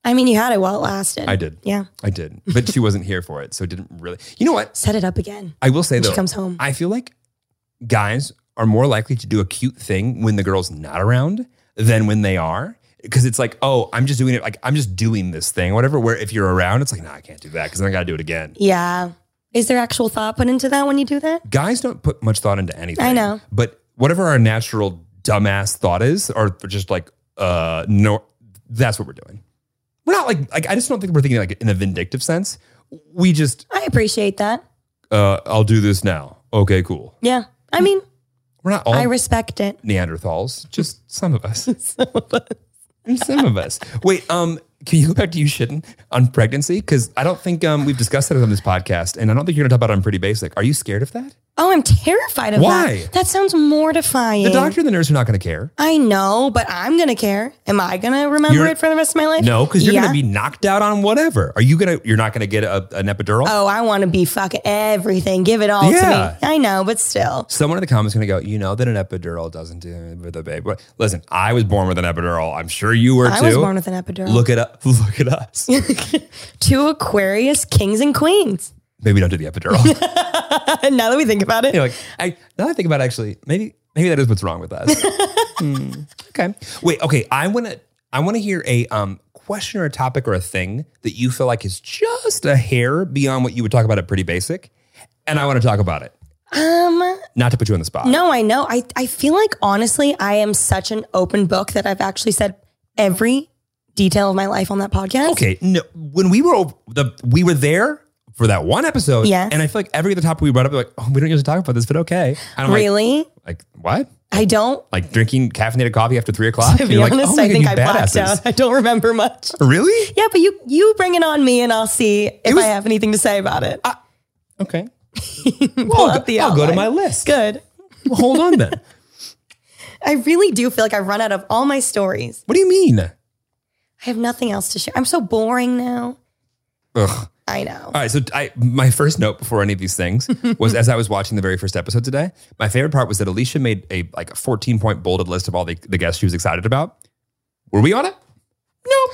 I mean, you had it while it lasted. I did. Yeah. I did, but she wasn't here for it, so it didn't really. You know what? Set it up again. I will say When she though, comes home. I feel like guys are more likely to do a cute thing when the girl's not around than when they are. Because it's like, oh, I'm just doing it. Like I'm just doing this thing, whatever. Where if you're around, it's like, nah, I can't do that because I got to do it again. Yeah. Is there actual thought put into that when you do that? Guys don't put much thought into anything. I know. but whatever our natural dumbass thought is, or just like, uh, no, that's what we're doing. We're not like, like I just don't think we're thinking like in a vindictive sense. We just, I appreciate that. uh, I'll do this now. Okay, cool. Yeah. I mean, We're not all I respect it. Neanderthals, just some of us. some of us. Wait, um, can you go back to you shitting on pregnancy? Because I don't think um, we've discussed that on this podcast, and I don't think you're going to talk about it on Pretty Basic. Are you scared of that? Oh, I'm terrified of Why? that. That sounds mortifying. The doctor and the nurse are not going to care. I know, but I'm going to care. Am I going to remember You're- it for the rest of my life? No, because you're Yeah. going to be knocked out on whatever. Are you going to? You're not going to get a, an epidural. Oh, I want to be fucking everything. Give it all Yeah. to me. I know, but still. Someone in the comments is going to go. You know that an epidural doesn't do it with a baby. But Listen, I was born with an epidural. I'm sure you were I too. was born with an epidural. Look at up. Look at us. Two Aquarius kings and queens. maybe don't do the epidural. now that we think about it, you know, like I now that I think about it, actually, maybe maybe that is what's wrong with us. Hmm. Okay. Wait, okay. I wanna I wanna hear a um question or a topic or a thing that you feel like is just a hair beyond what you would talk about at pretty basic. And I want to talk about it. um, Not to put you on the spot. no, I know. I I feel like honestly, I am such an open book that I've actually said every detail of my life on that podcast. Okay. No. When we were over, the we were there for that one episode. Yes. And I feel like every other topic we brought up, like, oh, we don't usually talk about this, but okay. And I'm like- really? Like, what? I don't. Like drinking caffeinated coffee after three o'clock? To be You're like, honest, oh, I we could think be I blacked badasses. out. I don't remember much. Really? Yeah, but you you bring it on me, and I'll see if was- I have anything to say about it. Okay. Pull I'll up go- the I'll go to outline. my list. Good. Well, hold on then. I really do feel like I've run out of all my stories. What do you mean? I have nothing else to share. I'm so boring now. Ugh. I know. All right, so I my first note before any of these things was as I was watching the very first episode today. My favorite part was that Alicia made a like a fourteen point bolded list of all the, the guests she was excited about. Were we on it? No,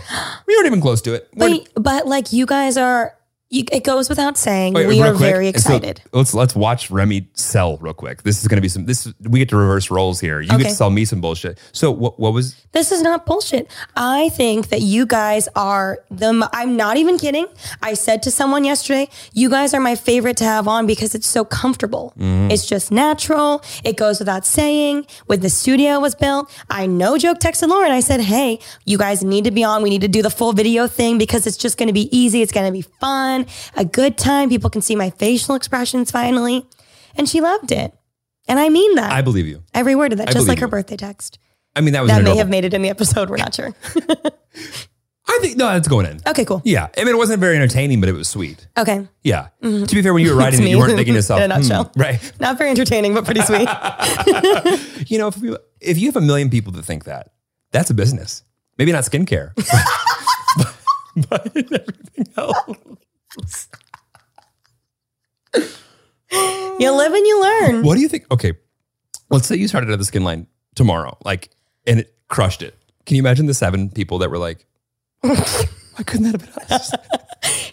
we weren't even close to it. We're- Wait, but like you guys are, you, it goes without saying wait, we real are quick. very So excited. let's let's watch Remy sell real quick. This is going to be some. This is- we get to reverse roles here. You get Okay. to sell me some bullshit. So what what was This is not bullshit. I think that you guys are the. m- I'm not even kidding. I said to someone yesterday, you guys are my favorite to have on because it's so comfortable. Mm-hmm. It's just natural. It goes without saying. When the studio was built, I no joke texted Lauren. I said, hey, you guys need to be on. We need to do the full video thing because it's just going to be easy. It's going to be fun, a good time. People can see my facial expressions finally. And she loved it. And I mean that. I believe you. Every word of that, just believe like her you. birthday text. I mean that was That an may adorable- have made it in the episode. We're not sure. I think no, that's going in. Okay, cool. Yeah, I mean it wasn't very entertaining, but it was sweet. Okay. Yeah. To be fair, when you were writing Mm-hmm. it, me. you weren't thinking to yourself. In a "Hmm, nutshell. right. Not very entertaining, but pretty sweet. You know, if you if you have a million people that think that, that's a business. Maybe not skincare, but, but everything else. Mm-hmm. you live and you learn. What do you think? Okay, let's say you started at the skin line tomorrow, like, and it crushed it. Can you imagine the seven people that were like, "Why couldn't that have been us?"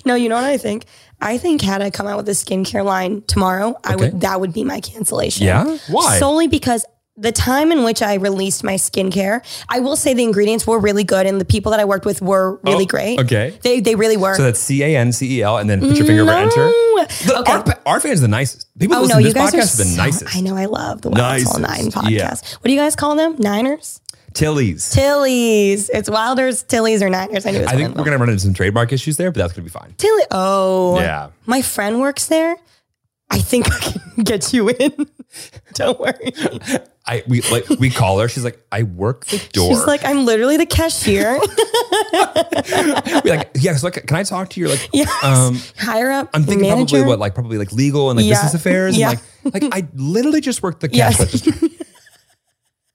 No, you know what I think? I think had I come out with a skincare line tomorrow, I Okay. would that would be my cancellation. Yeah? Why? Solely because the time in which I released my skincare, I will say the ingredients were really good and the people that I worked with were really great. Oh, okay. They they really were. So that's C A N C E L, and then put your finger over enter. The- Okay. Our, our fans are the nicest. People that Oh listen no, to you this guys podcast are are, the so- nicest. I know I love the Wild Till Nine Nicest. podcast. Yeah. What do you guys call them? Niners? Tilly's. Tillies. It's Wilders, Tillies, or Niners. I knew it was I think we're gonna run into some trademark issues there, but that's gonna be fine. Tilly. Oh. Yeah. My friend works there. I think I can get you in. Don't worry. I we like we call her. She's like, I work the door. She's like, I'm literally the cashier. We're like, yeah. So like, can I talk to you? Like, yes. um, Higher up. I'm thinking manager. probably what like probably like legal and like Yeah. business affairs. Yeah. And like, like I literally just worked the cash Yes. register.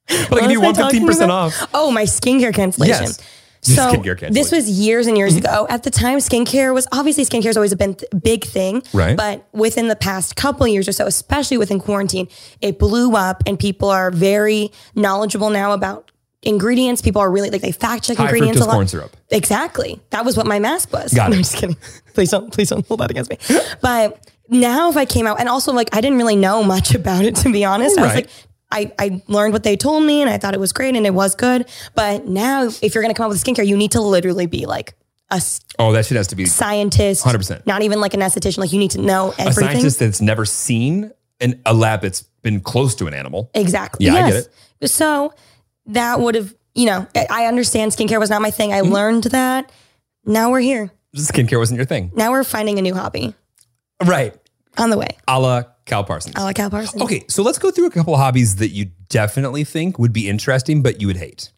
but I What give you was I one fifteen talking percent about? off. Oh, my skincare cancellation. Yes. Your So skincare this cancellation. Mm-hmm. was years and years ago. At the time, skincare was obviously skincare has always been a big thing. Right. But within the past couple years or so, especially within quarantine, it blew up and people are very knowledgeable now about ingredients. People are really like they fact check High ingredients a fructose lot. corn syrup. Exactly. That was what my mask was. Got No, it. I'm just kidding. Please don't, please don't hold that against me. But now if I came out and also like I didn't really know much about it to be honest. I was Right. like, I, I learned what they told me and I thought it was great and it was good. But now if you're gonna come up with skincare, you need to literally be like a s- Oh, that shit has to be scientist. 100%. Not even like an esthetician. Like you need to know a everything. scientist that's never seen in a lab that's been close to an animal. Exactly. Yeah, I get it. So that would have, you know, I- I understand skincare was not my thing. I Mm-hmm. learned that. Now we're here. Skincare wasn't your thing, Now we're finding a new hobby right? on the way. A la Cal Parsons. I like Al Parsons. Okay, so let's go through a couple of hobbies that you definitely think would be interesting, but you would hate.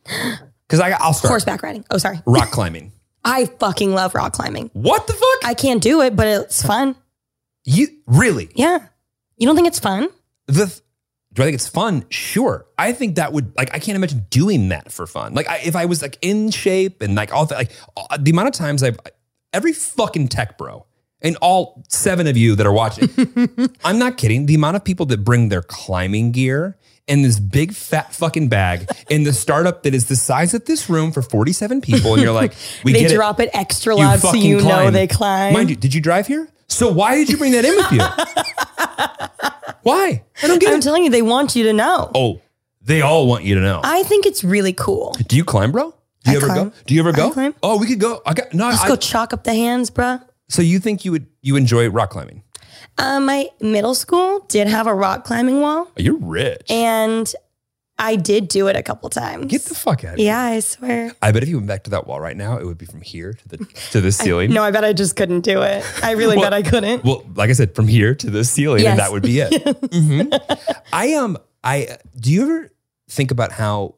Because I I'll start Horseback riding. Oh, sorry. rock climbing. I fucking love rock climbing. What the fuck? I can't do it, but it's fun. you really Yeah. You don't think it's fun? the. th- do I think it's fun? Sure. I think that would like I can't imagine doing that for fun. Like I, if I was like in shape and like all that, like all- the amount of times I've every fucking tech bro and all seven of you that are watching, I'm not kidding. The amount of people that bring their climbing gear in this big fat fucking bag in the startup that is the size of this room for 47 people, and you're like, we they get it. drop it, extra You loud so fucking you know climb. they climb. Mind you, did you drive here? So why did you bring that in with you? why? I don't get I'm it. telling you, they want you to know. oh, they all want you to know. I think it's really cool. Do you climb, bro? Do I you ever climb. go? Do you ever go? climb. Oh, we could go. I got no. Let's I, go chalk up the hands, bruh. so you think you would you enjoy rock climbing? Uh, my middle school did have a rock climbing wall, You're rich. and I did do it a couple times. Get the fuck out of here. yeah, I swear. I bet if you went back to that wall right now, it would be from here to the to the ceiling. No, I bet I just couldn't do it. I really Well- bet I couldn't. Well, like I said, from here to the ceiling, Yes. and that would be it. Mhm. I um, I do you ever think about how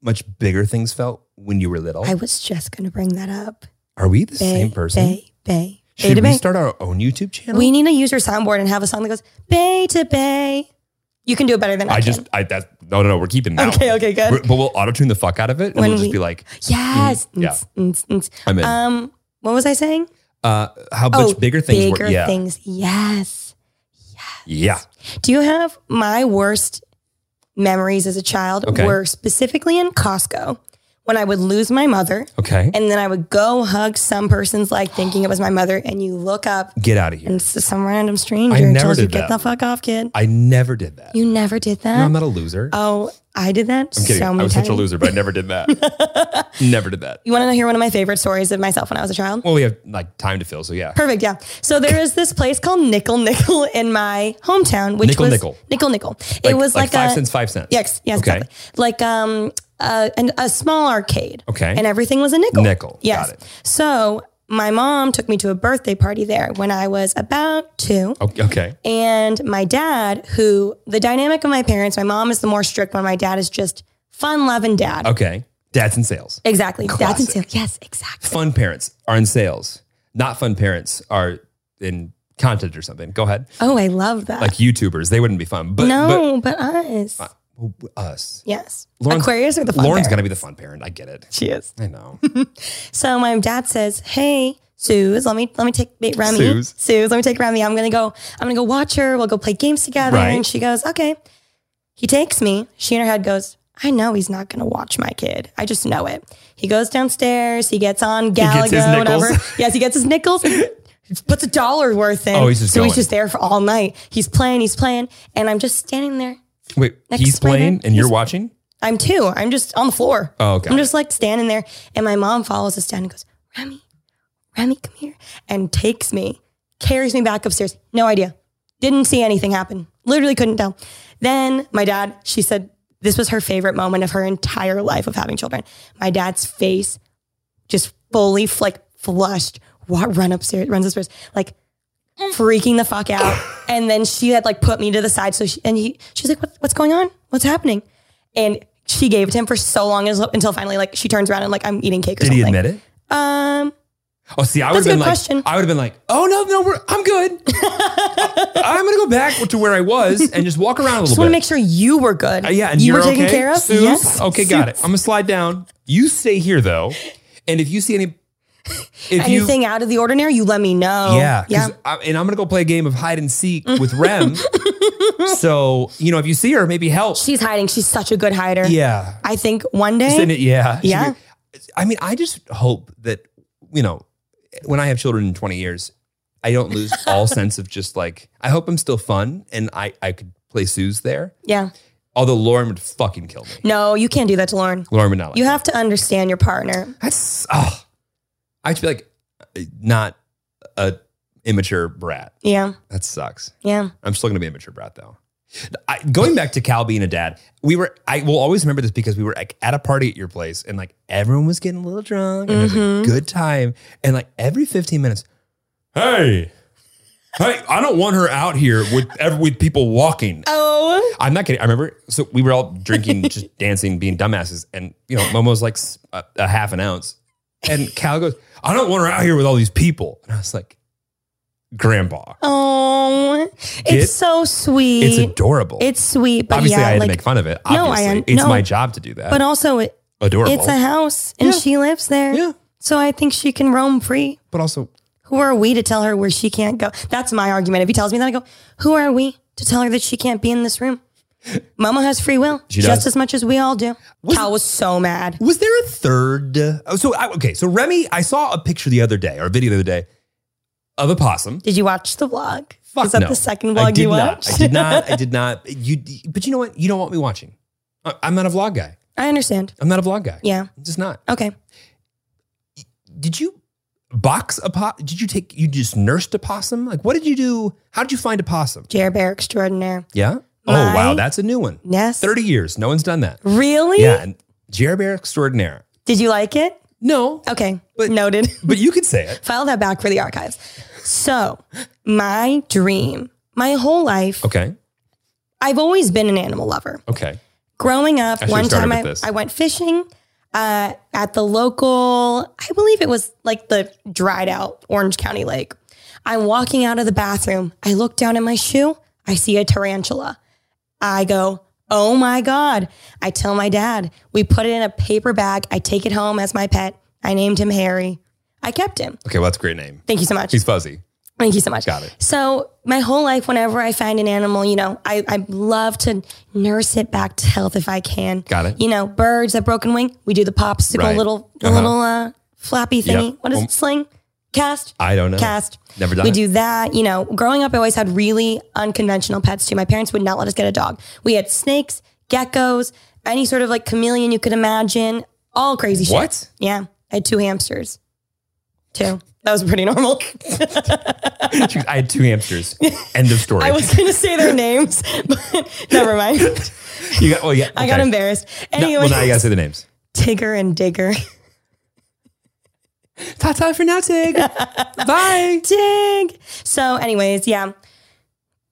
much bigger things felt when you were little? I was just going to bring that up. Are we the Bay, same person? Bay, bay. Bay Should to we bay. start our own YouTube channel? We need to use your soundboard and have a song that goes bay to bay. You can do it better than I, I just can. I that no no no we're keeping that. Okay, one. okay, good. We're- but we'll auto tune the fuck out of it, and When we'll just we- be like, Yes. Mm, yeah. Mm, mm, mm, I'm in. mm. Um, what was I saying? uh, how much bigger things Oh, bigger were. Yeah, things. Yes. yeah. Do you have my worst memories as a child Okay. were specifically in Costco when I would lose my mother Okay, and then I would go hug some person's leg thinking it was my mother and you look up get out of here. and it's some random stranger I never tells you did get that. the fuck off kid. I never did that. you never did that? no, I'm not a loser. oh, I did that I'm kidding. so many I was times. such a loser, but I never did that. never did that. You want to hear one of my favorite stories of myself when I was a child? Well, we have like time to fill, so yeah. Perfect. Yeah. So there is this place called Nickel Nickel in my hometown, which Nickel was Nickel. Nickel Nickel. it was like, five a cents, five cents. yes, yes, Okay. exactly. like um a, an, a small arcade. Okay. And everything was a nickel. Nickel. Yes. Got it. So my mom took me to a birthday party there when I was about two. O- Okay. And my dad, who the dynamic of my parents, my mom is the more strict one. My dad is just fun loving dad. Okay. Dads in sales. Exactly. Dad's in Classic. sale. Yes, exactly. Fun parents are in sales. Not fun parents are in content or something. Go ahead. Oh, I love that. Like YouTubers, they wouldn't be fun. But no, but, us. but w- us. yes. Lauren's- Aquarius are the fun Lauren's parent. gonna be the fun parent. I get it. She is. I know. So my dad says, "Hey, Suze, let me let me take wait, Remy. Suze. Suze. let me take Remy. I'm gonna go. I'm gonna go watch her. We'll go play games together." Right. And she goes, "Okay." He takes me. She in her head goes, "I know he's not gonna watch my kid. I just know it." He goes downstairs. He gets on Galaga, gets his nickels. whatever. Yes, he gets his nickels. Puts a dollar worth in. Oh, he's just so going. he's just there for all night. He's playing. He's playing, and I'm just standing there. Wait, Next he's Friday, playing and you're he's- watching? I'm two. I'm just on the floor. Oh, got I'm it. just like standing there. And my mom follows us down and goes, Remy, Remy, come here. And takes me, carries me back upstairs. No idea. Didn't see anything happen. Literally couldn't tell. Then my dad, she said, this was her favorite moment of her entire life of having children. My dad's face just fully like flushed, wa- run upstairs, runs upstairs, like freaking the fuck out. and then she had like put me to the side. So she, and he, she's like, what, what's going on? What's happening? And she gave it to him for so long as, until finally like she turns around and like, I'm eating cake or Did something. he admit it? Um, Oh, see, I would have That's a been good like, question. I would have been like, oh no, no, we're, I'm good. I, am gonna go back to where I was and just walk around a little just bit. want to make sure you were good. Uh, yeah, and you are were taken okay? care of. Suze? Yes. Okay, got it. I'm gonna slide down. You stay here though, and if you see any, if Anything you, out of the ordinary, you let me know. yeah, 'cause Yeah. I, and I'm gonna go play a game of hide and seek with Rem. so you know, if you see her, maybe help. She's hiding. She's such a good hider. yeah, I think one day. Send it- yeah, Yeah. I mean, I just hope that you know, when I have children in 20 years, I don't lose all sense of just like. I hope I'm still fun, and I I could play Sue's there. Yeah. Although Lauren would fucking kill me. No, you can't do that to Lauren. Lauren would not. Like You that. have to understand your partner. That's oh, I just be like, not a immature brat. Yeah. That sucks. Yeah. I'm still gonna be an immature brat though. I, going back to Cal being a dad, we were. I will always remember this because we were like at a party at your place, and like everyone was getting a little drunk, and it was a good time, and like every 15 minutes, hey. Hey, I don't want her out here with ever with people walking. Oh. I'm not kidding. I remember. So we were all drinking, just dancing, being dumbasses, and you know, Momo's like s- a, a half an ounce, and Cal goes, "I don't want her out here with all these people." And I was like, "Grandpa, Oh. Get- It's so sweet. it's adorable." It's sweet, but obviously yeah, I had like, to make fun of it. No, I Obviously, un- it's no. my job to do that. but also it, adorable. it's a house and Yeah. she lives there. yeah, So I think she can roam free. but also Who are we to tell her where she can't go? That's my argument. If he tells me that, I go, who are we to tell her that she can't be in this room? Mama has free will She just does. as much as we all do. Cal was so mad. Was there uh, a third? Oh, so I, okay, so Remy, I saw a picture the other day or a video the other day of a possum. Did you watch the vlog? Fuck Is that no. the second I vlog did you not. watched? I did not. I did not. You, but you know what? You don't want me watching. I, I'm not a vlog guy. I understand. I'm not a vlog guy. Yeah. I'm just not. Okay. Did you box a po? Did you take? You just nursed a possum? Like, what did you do? How did you find a possum? Jared Bear Extraordinaire. Yeah. oh My- wow, that's a new one. Yes. Thirty years, no one's done that. Really? Yeah, and Jerry Bear extraordinaire. Did you like it? No, Okay. But- Noted. but you could say it. File that back for the archives. So, my dream, my whole life, Okay. I've always been an animal lover. Okay. Growing up, I should've one started time with I, this. I went fishing uh, at the local, I believe it was like the dried out Orange County lake. I'm walking out of the bathroom. I look down at my shoe. I see a tarantula. I go, oh my God. I tell my dad, we put it in a paper bag. I take it home as my pet. I named him Harry. I kept him. Okay. Well, that's a great name. Thank you so much. He's fuzzy. Thank you so much. Got it. So my whole life, whenever I find an animal, you know, I, I love to nurse it back to health if I can. Got it. You know, birds, a broken wing, we do the popsicle Right. little, the Uh-huh. little uh, flappy thingy. Yep. What is Um, it? Sling? Cast? I don't know. Cast. Never done We it. do that. You know, growing up, I always had really unconventional pets too. My parents would not let us get a dog. We had snakes, geckos, any sort of like chameleon you could imagine, all crazy shit. What? Yeah. I had two hamsters. Two. That was pretty normal. I had two hamsters. End of story. I was going to say their names, but never mind. you got, well, yeah, I got okay. embarrassed. No, Anyway, well, now you gotta say the names. Tigger and Digger. Ta ta for now, Tig. Bye. Dig. So, anyways, yeah.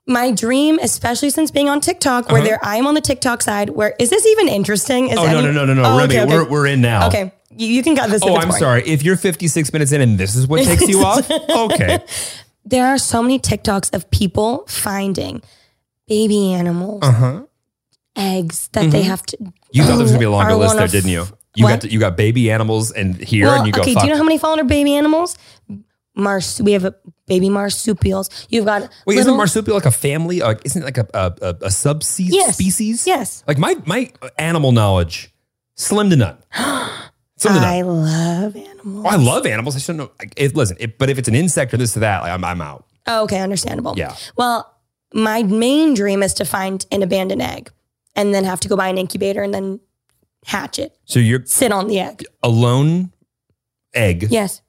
My dream, especially since being on TikTok, where Uh-huh. there I am on the TikTok side. Where is this even interesting? Is Oh no any- no no no no! Oh, Remy, okay, okay. we're we're in now. Okay, you, you can cut this. if Oh, it's I'm boring. sorry. If you're 56 minutes in and this is what takes you off, okay. There are so many TikToks of people finding baby animals, Uh huh. eggs that they have to. Mm-hmm. You thought there was gonna be a longer are list one there, of- didn't you? You What? got to, you got baby animals and here, Well, and you go. okay, fuck. do you know how many fallen are baby animals? Mars, we have a baby marsupials. You've got Wait, little, isn't marsupial like a family? Like, isn't it like a a, a, a subspecies? Yes. Species? Yes. Like my my animal knowledge, slim to none. Slim to I none. love animals. Oh, I love animals. I shouldn't know. like, It, listen, it, but if it's an insect or this or that, like, I'm I'm out. Oh, okay, understandable. Yeah. Well, my main dream is to find an abandoned egg, and then have to go buy an incubator and then hatch it, So you're sit on the egg. a lone egg Yes,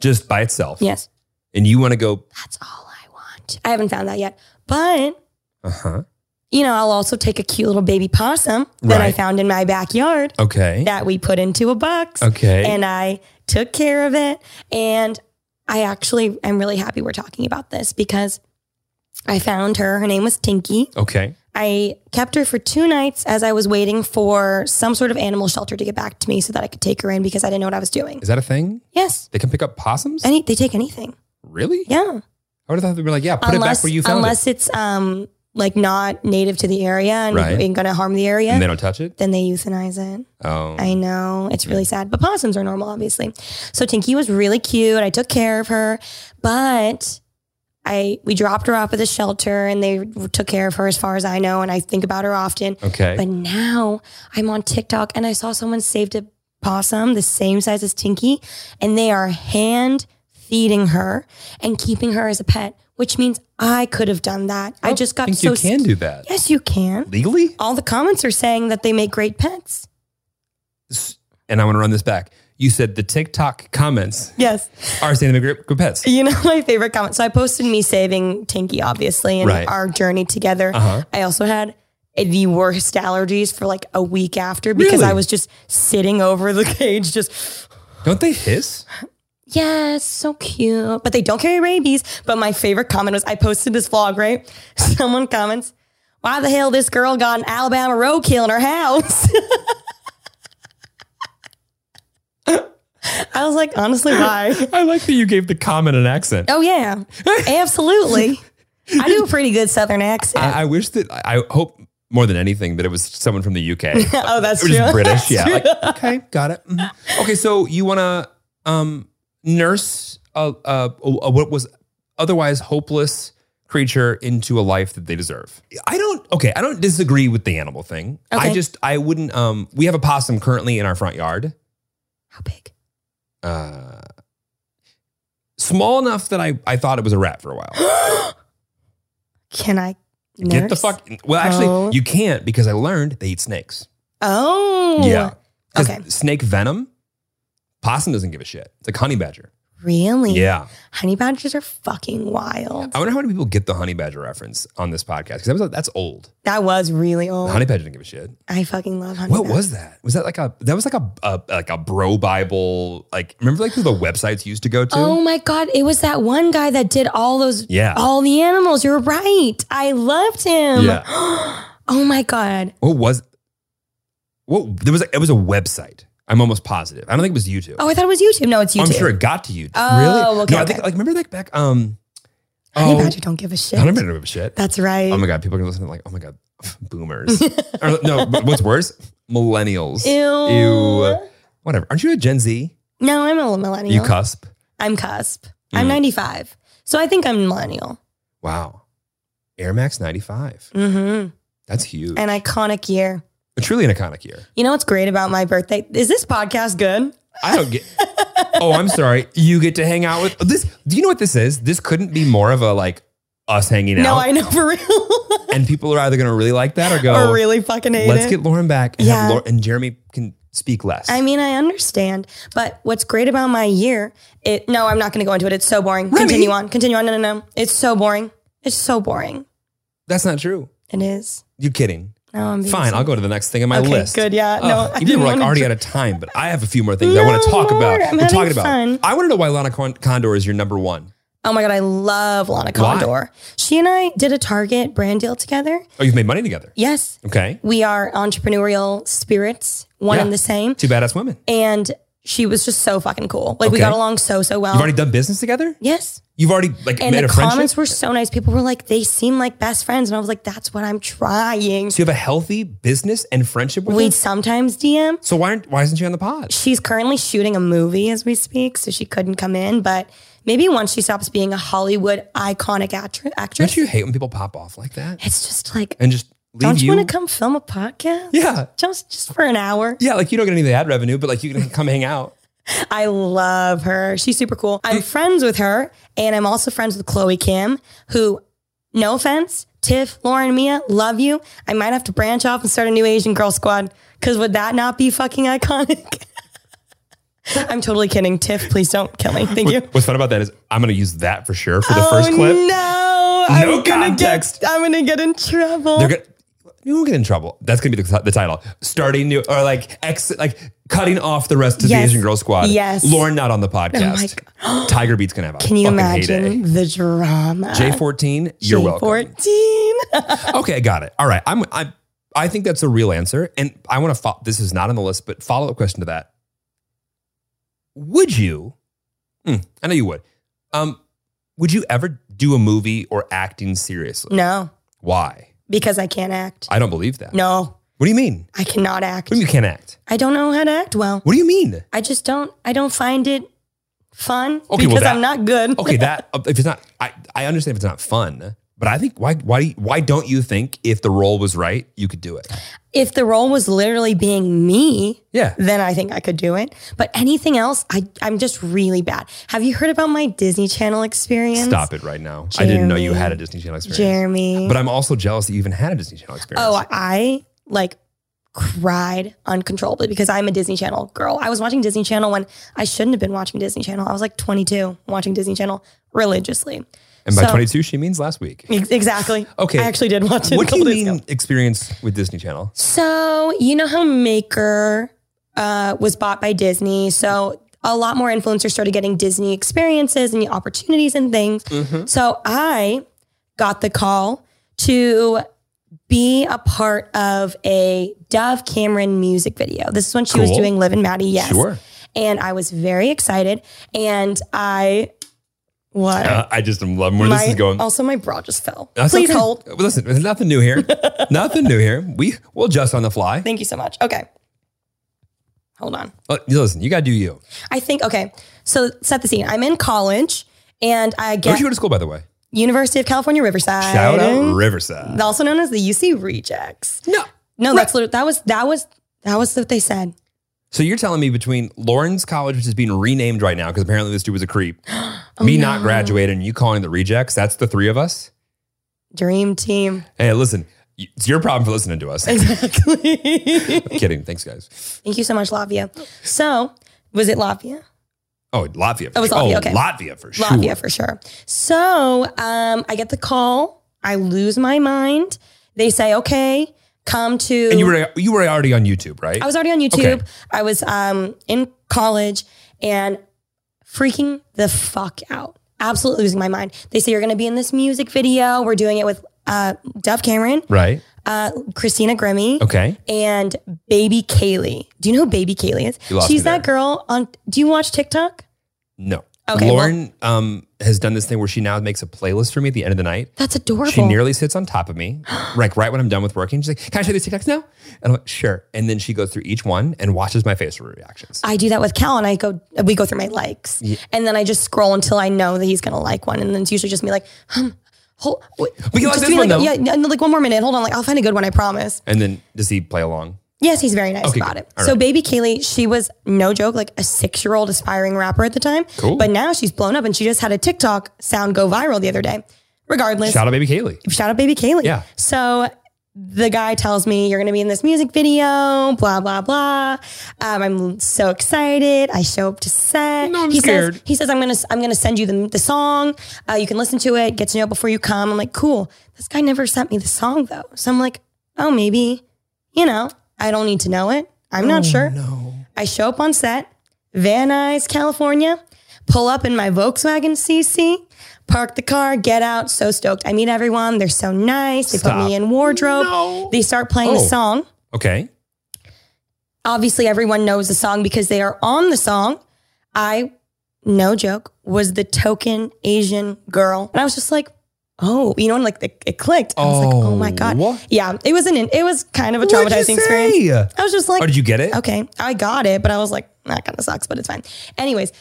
just by itself, yes, and you want to go? that's all I want. I haven't found that yet, but Uh huh. you know, I'll also take a cute little baby possum that I Right. found in my backyard Okay. that we put into a box. Okay. and I took care of it. And I actually am really happy we're talking about this because I found her. Her name was Tinky. okay. I kept her for two nights as I was waiting for some sort of animal shelter to get back to me so that I could take her in because I didn't know what I was doing. Is that a thing? Yes. They can pick up possums? Any, they take anything. really? Yeah. I would have thought they were like, yeah, put it back where you found unless it's um like not native to the area and Right. ain't gonna harm the it. area. And they don't touch it. then they euthanize it. Oh. I know. It's Mm-hmm. really sad. But possums are normal, obviously. So Tinky was really cute. I took care of her, but I we dropped her off at the shelter and they took care of her as far as I know. And I think about her often. okay. But now I'm on TikTok and I saw someone saved a possum the same size as Tinky and they are hand feeding her and keeping her as a pet, which means I could have done that. I don't just got Oh, think so you can sc- do that Yes, you can. legally. All the comments are saying that they make great pets. S- And I want to run this back. You said the TikTok comments Yes. are saying the group, group pets. You know my favorite comment. So I posted me saving Tinky, obviously, and Right. our journey together. Uh-huh. I also had the worst allergies for like a week after because Really? I was just sitting over the cage, just Don't they hiss? yes, so cute. But they don't carry rabies. But my favorite comment was I posted this vlog, right? Someone comments, "Why the hell this girl got an Alabama roadkill in her house?" I was like, honestly, why? I like that you gave the comment an accent. Oh yeah, absolutely. I do a pretty good Southern accent. I, I wish that I I hope more than anything that it was someone from the UK. oh, that's It was true. British. Yeah. Like, okay, got it. Mhm. Okay, so you want to um, nurse a, a, a- what was otherwise hopeless creature into a life that they deserve. I don't. Okay, I don't disagree with the animal thing. I Okay. just I wouldn't. Um, we have a possum currently in our front yard. How big? Uh, small enough that I, I thought it was a rat for a while. Can I nurse? Get the fuck. Well, actually, Oh. you can't because I learned they eat snakes. Oh. Yeah. 'Cause Okay. Snake venom. Possum doesn't give a shit. It's like honey badger. Really? Yeah. Honey badgers are fucking wild. I wonder how many people get the honey badger reference on this podcast because that was that's old. That was really old. The honey badger didn't give a shit. I fucking love honey. What badger. was that? Was that like a that was like a, a like a bro bible? Like remember like the websites you used to go to? Oh my god! It was that one guy that did all those, Yeah. all the animals. You're right. I loved him. Yeah. Oh my god! What was? What there was? It was a website. I'm almost positive. I don't think it was YouTube. Oh, I thought it was YouTube. No, it's YouTube. I'm sure it got to YouTube. Oh, really? okay, No, I okay. think like remember like back um. Honey oh, badger don't give a shit. Honey Badger don't give a shit. That's right. Oh my god, people are gonna listen to like, oh my god, boomers. or, no, but what's worse, millennials. Ew. Ew. Whatever. Aren't you a Gen Z? No, I'm a millennial. You cusp. I'm cusp. I'm Mm. 95, so I think I'm millennial. Wow. Air Max 95. Mm-hmm. That's huge. An iconic year. Truly an iconic year. You know what's great about my birthday? Is this podcast good? I don't get. oh, I'm sorry. You get to hang out with oh, this. Do you know what this is? This couldn't be more of a like us hanging No, out. I know for real. and people are either going to really like that or go, I really fucking hate Oh, let's it. get Lauren back. And, have Yeah. Lauren, and Jeremy can speak less. I mean, I understand, but what's great about my year? It no, I'm not going to go into it. It's so boring. Continue on. Continue on. No, no, no. It's so boring. It's so boring. That's not true. It is. You're kidding. No, I'm being Fine. I'll go to the next thing on my Okay, list. good, yeah. Oh, No, I didn't you people are like wanna already dr- out of time, but I have a few more things I No want to talk more. about. I'm We're having talking fun. about. I want to know why Lana Con- Condor is your number one. Oh my god, I love Lana Why? Condor. She and I did a Target brand deal together. Oh, you've made money together. Yes, Okay. we are entrepreneurial spirits, one Yeah. and the same. Two badass women. And she was just so fucking cool. Like we Okay. got along so so well. You've already done business together. yes. You've already like And made the a friendship. comments were so nice. People were like, they seem like best friends. And I was like, that's what I'm trying. So you have a healthy business and friendship with We'd her? sometimes DM. So why aren't, why isn't she on the pod? She's currently shooting a movie as we speak, so she couldn't come in. But maybe once she stops being a Hollywood iconic actri- Don't actress, you hate when people pop off like that it's just like, and just leave don't you, you? want to come film a podcast? Yeah, Just, just for an hour. yeah. Like you don't get any of the ad revenue, but like you can come hang out. I love her. She's super cool. I'm friends with her, and I'm also friends with Chloe Kim, who, no offense, Tiff, Lauren, Mia, love you. I might have to branch off and start a new Asian girl squad, because would that not be fucking iconic? I'm totally kidding. Tiff, please don't kill me. Thank you. What's fun about that is I'm going to use that for sure for the oh, first clip. No, I'm No gonna context. get. I'm gonna get in trouble. They're gonna, you won't get in trouble. That's going to be the, the title. Starting new or like exit, like cutting off the rest of Yes. the Asian Girl Squad. Yes. Oh Lauren not on the podcast. Tiger Beat's going to have. A Can you fucking imagine heyday. the drama? J14, you're welcome. Fourteen. Okay, I got it. All right, I'm I I think that's a real answer, and I want to. Fo- this is not on the list, but follow up question to that: Would you? Hmm, I know you would. Um, would you ever do a movie or acting seriously? no, Why? because I can't act. I don't believe that. No, What do you mean? I cannot act. What do you mean you can't act? I don't know how to act well. What do you mean? I just don't. I don't find it fun well, because that- I'm not good. Okay, that uh, if it's not, I I understand if it's not fun, but I think why why do you- why don't you think if the role was right, you could do it? If the role was literally being me, Yeah. then I think I could do it. But anything else, I I'm just really bad. Have you heard about my Disney Channel experience? Stop it right now. I didn't know you Jeremy. had a Disney Channel experience. Jeremy. But I'm also jealous that you even had a Disney Channel experience. Oh, I like cried uncontrollably because I'm a Disney Channel girl. I was watching Disney Channel when I shouldn't have been watching Disney Channel. I was like 22 watching Disney Channel religiously. and by so- 22, she means last week. Ex- Exactly. Okay. I actually did watch it. a What do couple you days ago. mean experience with Disney Channel? So you know how Maker uh, was bought by Disney, so a lot more influencers started getting Disney experiences and opportunities and things. Mm-hmm. So I got the call to be a part of a Dove Cameron music video. This is when she was Cool. doing Live and Maddie. Yes, Sure. And I was very excited, and I what. Uh, I just am loving where My- this is going. Also, my bra just fell. That's Please okay. hold. Well, Listen, there's nothing new here. nothing new here. We we'll adjust on the fly. Thank you so much. Okay. Hold on. Uh, Listen, you gotta do you. I think okay. So set the scene. I'm in college and I Where'd get you go to school, by the way? University of California Riverside. Shout out Riverside. also known as the UC Rejects. No. No, that's literally, that was that was that was what they said. Oh, So you're telling me between Lawrence College, which is being renamed right now because apparently this dude was a creep, Me not graduating, you calling the rejects, that's the three of us. Dream team. Hey, listen, y- it's your problem for listening to us. Exactly. Kidding. Thanks, guys. Thank you so much, Lavia. So, was it Lavia? Oh, Latvia. For Oh, it's sure. Latvia, Oh, okay. Latvia for sure. Latvia for sure. So um, I get the call. I lose my mind. They say, okay, come to. And you were you were already on YouTube, right? I was already on YouTube. Okay. I was um, in college and freaking the fuck out. Absolutely losing my mind. They say, you're going to be in this music video. We're doing it with uh, Dove Cameron, right. uh, Christina Grimmie. Okay. And baby Kaylee. Do you know who baby Kaylee is? You lost She's me there. that girl on. Do you watch TikTok? No. Okay, Lauren um, has done this thing where she now makes a playlist for me at the end of the night. That's adorable. She nearly sits on top of me, like right when I'm done with working. She's like, "Can I show you these TikToks now?" And I'm like, "Sure." And then she goes through each one and watches my face for reactions. I do that with Cal and I go, we go through my likes and then I just scroll until I know that he's going to like one. And then it's usually just me like, um, hold, wait, We can like just give this me, one, like, though. Yeah, no, like one more minute. Hold on. Like, I'll find a good one. I promise. and then does he play along? Yes, he's very nice Okay, about good. it. All so right. baby Kaylee, she was no joke, like a six year old aspiring rapper at the time, Cool. but now she's blown up and she just had a TikTok sound go viral the other day. Regardless, Shout out, baby Kaylee. shout out baby Kaylee. Yeah. So the guy tells me you're going to be in this music video, blah blah blah. Um, I'm so excited. I show up to set. No, I'm he scared. Says, he says I'm going to I'm going to send you the the song. Uh, you can listen to it, get to know it before you come. I'm like, cool. This guy never sent me the song though, so I'm like, oh maybe, you know, I don't need to know it. I'm not sure. Oh, No. I show up on set, Van Nuys, California, pull up in my Volkswagen CC, park the car, get out. So stoked. I meet everyone. They're so nice. They put Stop. me in wardrobe. No. They start playing the Oh. song. Okay. Obviously, everyone knows the song because they are on the song. I, no joke, was the token Asian girl. And I was just like, oh, you know, and like it, it clicked. I was like, oh my God. Oh. Yeah, it was an, it was kind of a What'd you traumatizing experience. say? I was just like, Oh, did you get it? okay, I got it, but I was like, that kind of sucks, but it's fine. Anyways,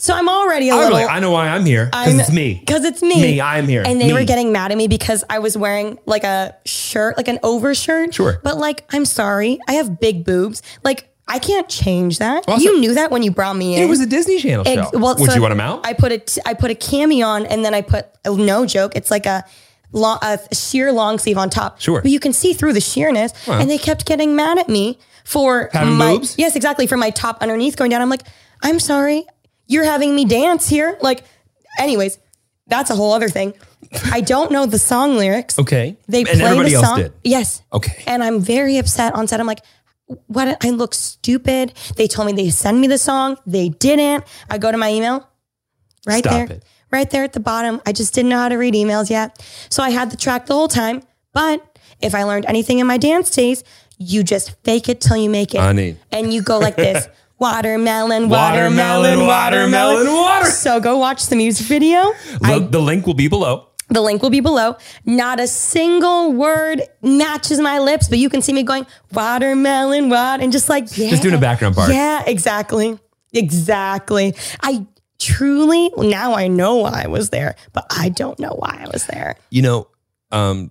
so I'm already a I was little. like, I know why I'm here because I'm- it's me. Because it's me. Me, I'm here. And they Me. were getting mad at me because I was wearing like a shirt, like an overshirt. Sure. But like, I'm sorry, I have big boobs. Like, I can't change that. Also- you knew that when you brought me in. It was a Disney Channel show. Ex- well, Would so you want him out? I put a t- I put a cami on, and then I put oh, no joke. It's like a, long, a sheer long sleeve on top. Sure. but you can see through the sheerness. And they kept getting mad at me for Having my boobs? yes, exactly for my top underneath going down. I'm like, I'm sorry, you're having me dance here. Like, anyways, that's a whole other thing. I don't know the song lyrics. okay. They and play everybody the else song. did. Yes. Okay. And I'm very upset on set. I'm like, what? I look stupid. They told me they send me the song. They didn't. I go to my email. Right Stop there. it. Right there at the bottom. I just didn't know how to read emails yet. So I had the track the whole time. But if I learned anything in my dance days, you just fake it till you make it. Honey. And you go like this. Watermelon, watermelon, watermelon, Watermelon, watermelon, water- So go watch the music video. Lo- the link will be below. The link will be below. Not a single word matches my lips, but you can see me going watermelon, what, and just like yeah, Just doing a background part. Yeah, exactly, exactly. I truly now I know why I was there, but I don't know why I was there. you know, um,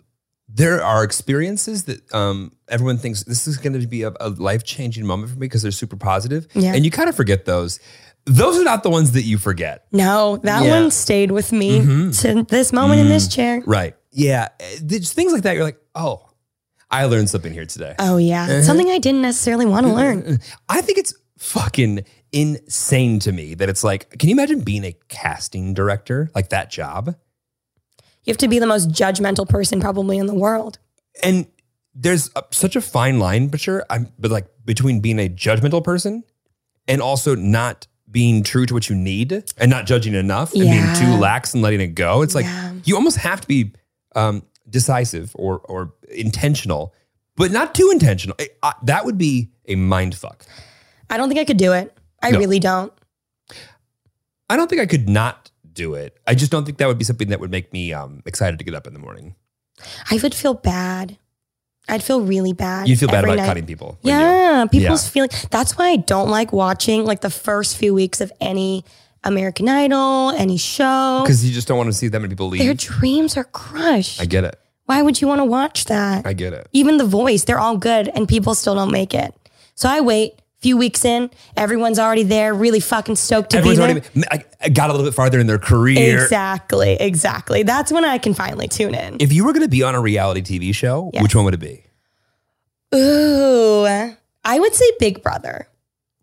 there are experiences that um, everyone thinks this is going to be a, a life changing moment for me because they're super positive, Yeah. and you kind of forget those. Those are not the ones that you forget, No, that Yeah. Mm-hmm. Mm. one stayed with me to this moment in this chair. right? Yeah, eh, there's things like that. You're like, oh, I learned something here today. Oh yeah, Uh-huh. something I didn't necessarily want to learn. I think it's fucking insane to me that it's like, can you imagine being a casting director like that job? You have to be the most judgmental person probably in the world. And there's a, such a fine line, but sure, I'm but like between being a judgmental person and also not being true to what you need and not judging enough and being Yeah. too lax and letting it go. It's like Yeah. you almost have to be um, decisive or or intentional, but not too intentional. I- I- that would be a mind fuck. I don't think I could do it. I No. really don't. I don't think I could not do it. I just don't think that would be something that would make me um, excited to get up in the morning. I would feel bad. I'd feel really bad. You feel bad every about night. cutting people. wouldn't you? Yeah, people's Yeah. feeling. That's why I don't like watching like the first few weeks of any American Idol, any show. Because you just don't want to see that many people Their leave. dreams are crushed. I get it. why would you want to watch that? I get it. Even The Voice, they're all good, and people still don't make it. So I wait few weeks in, everyone's already there, really fucking stoked to Everyone's be there. already I, I got a little bit farther in their career. Exactly, exactly. That's when I can finally tune in. If you were going to be on a reality TV show, Yeah. which one would it be? Ooh, I would say Big Brother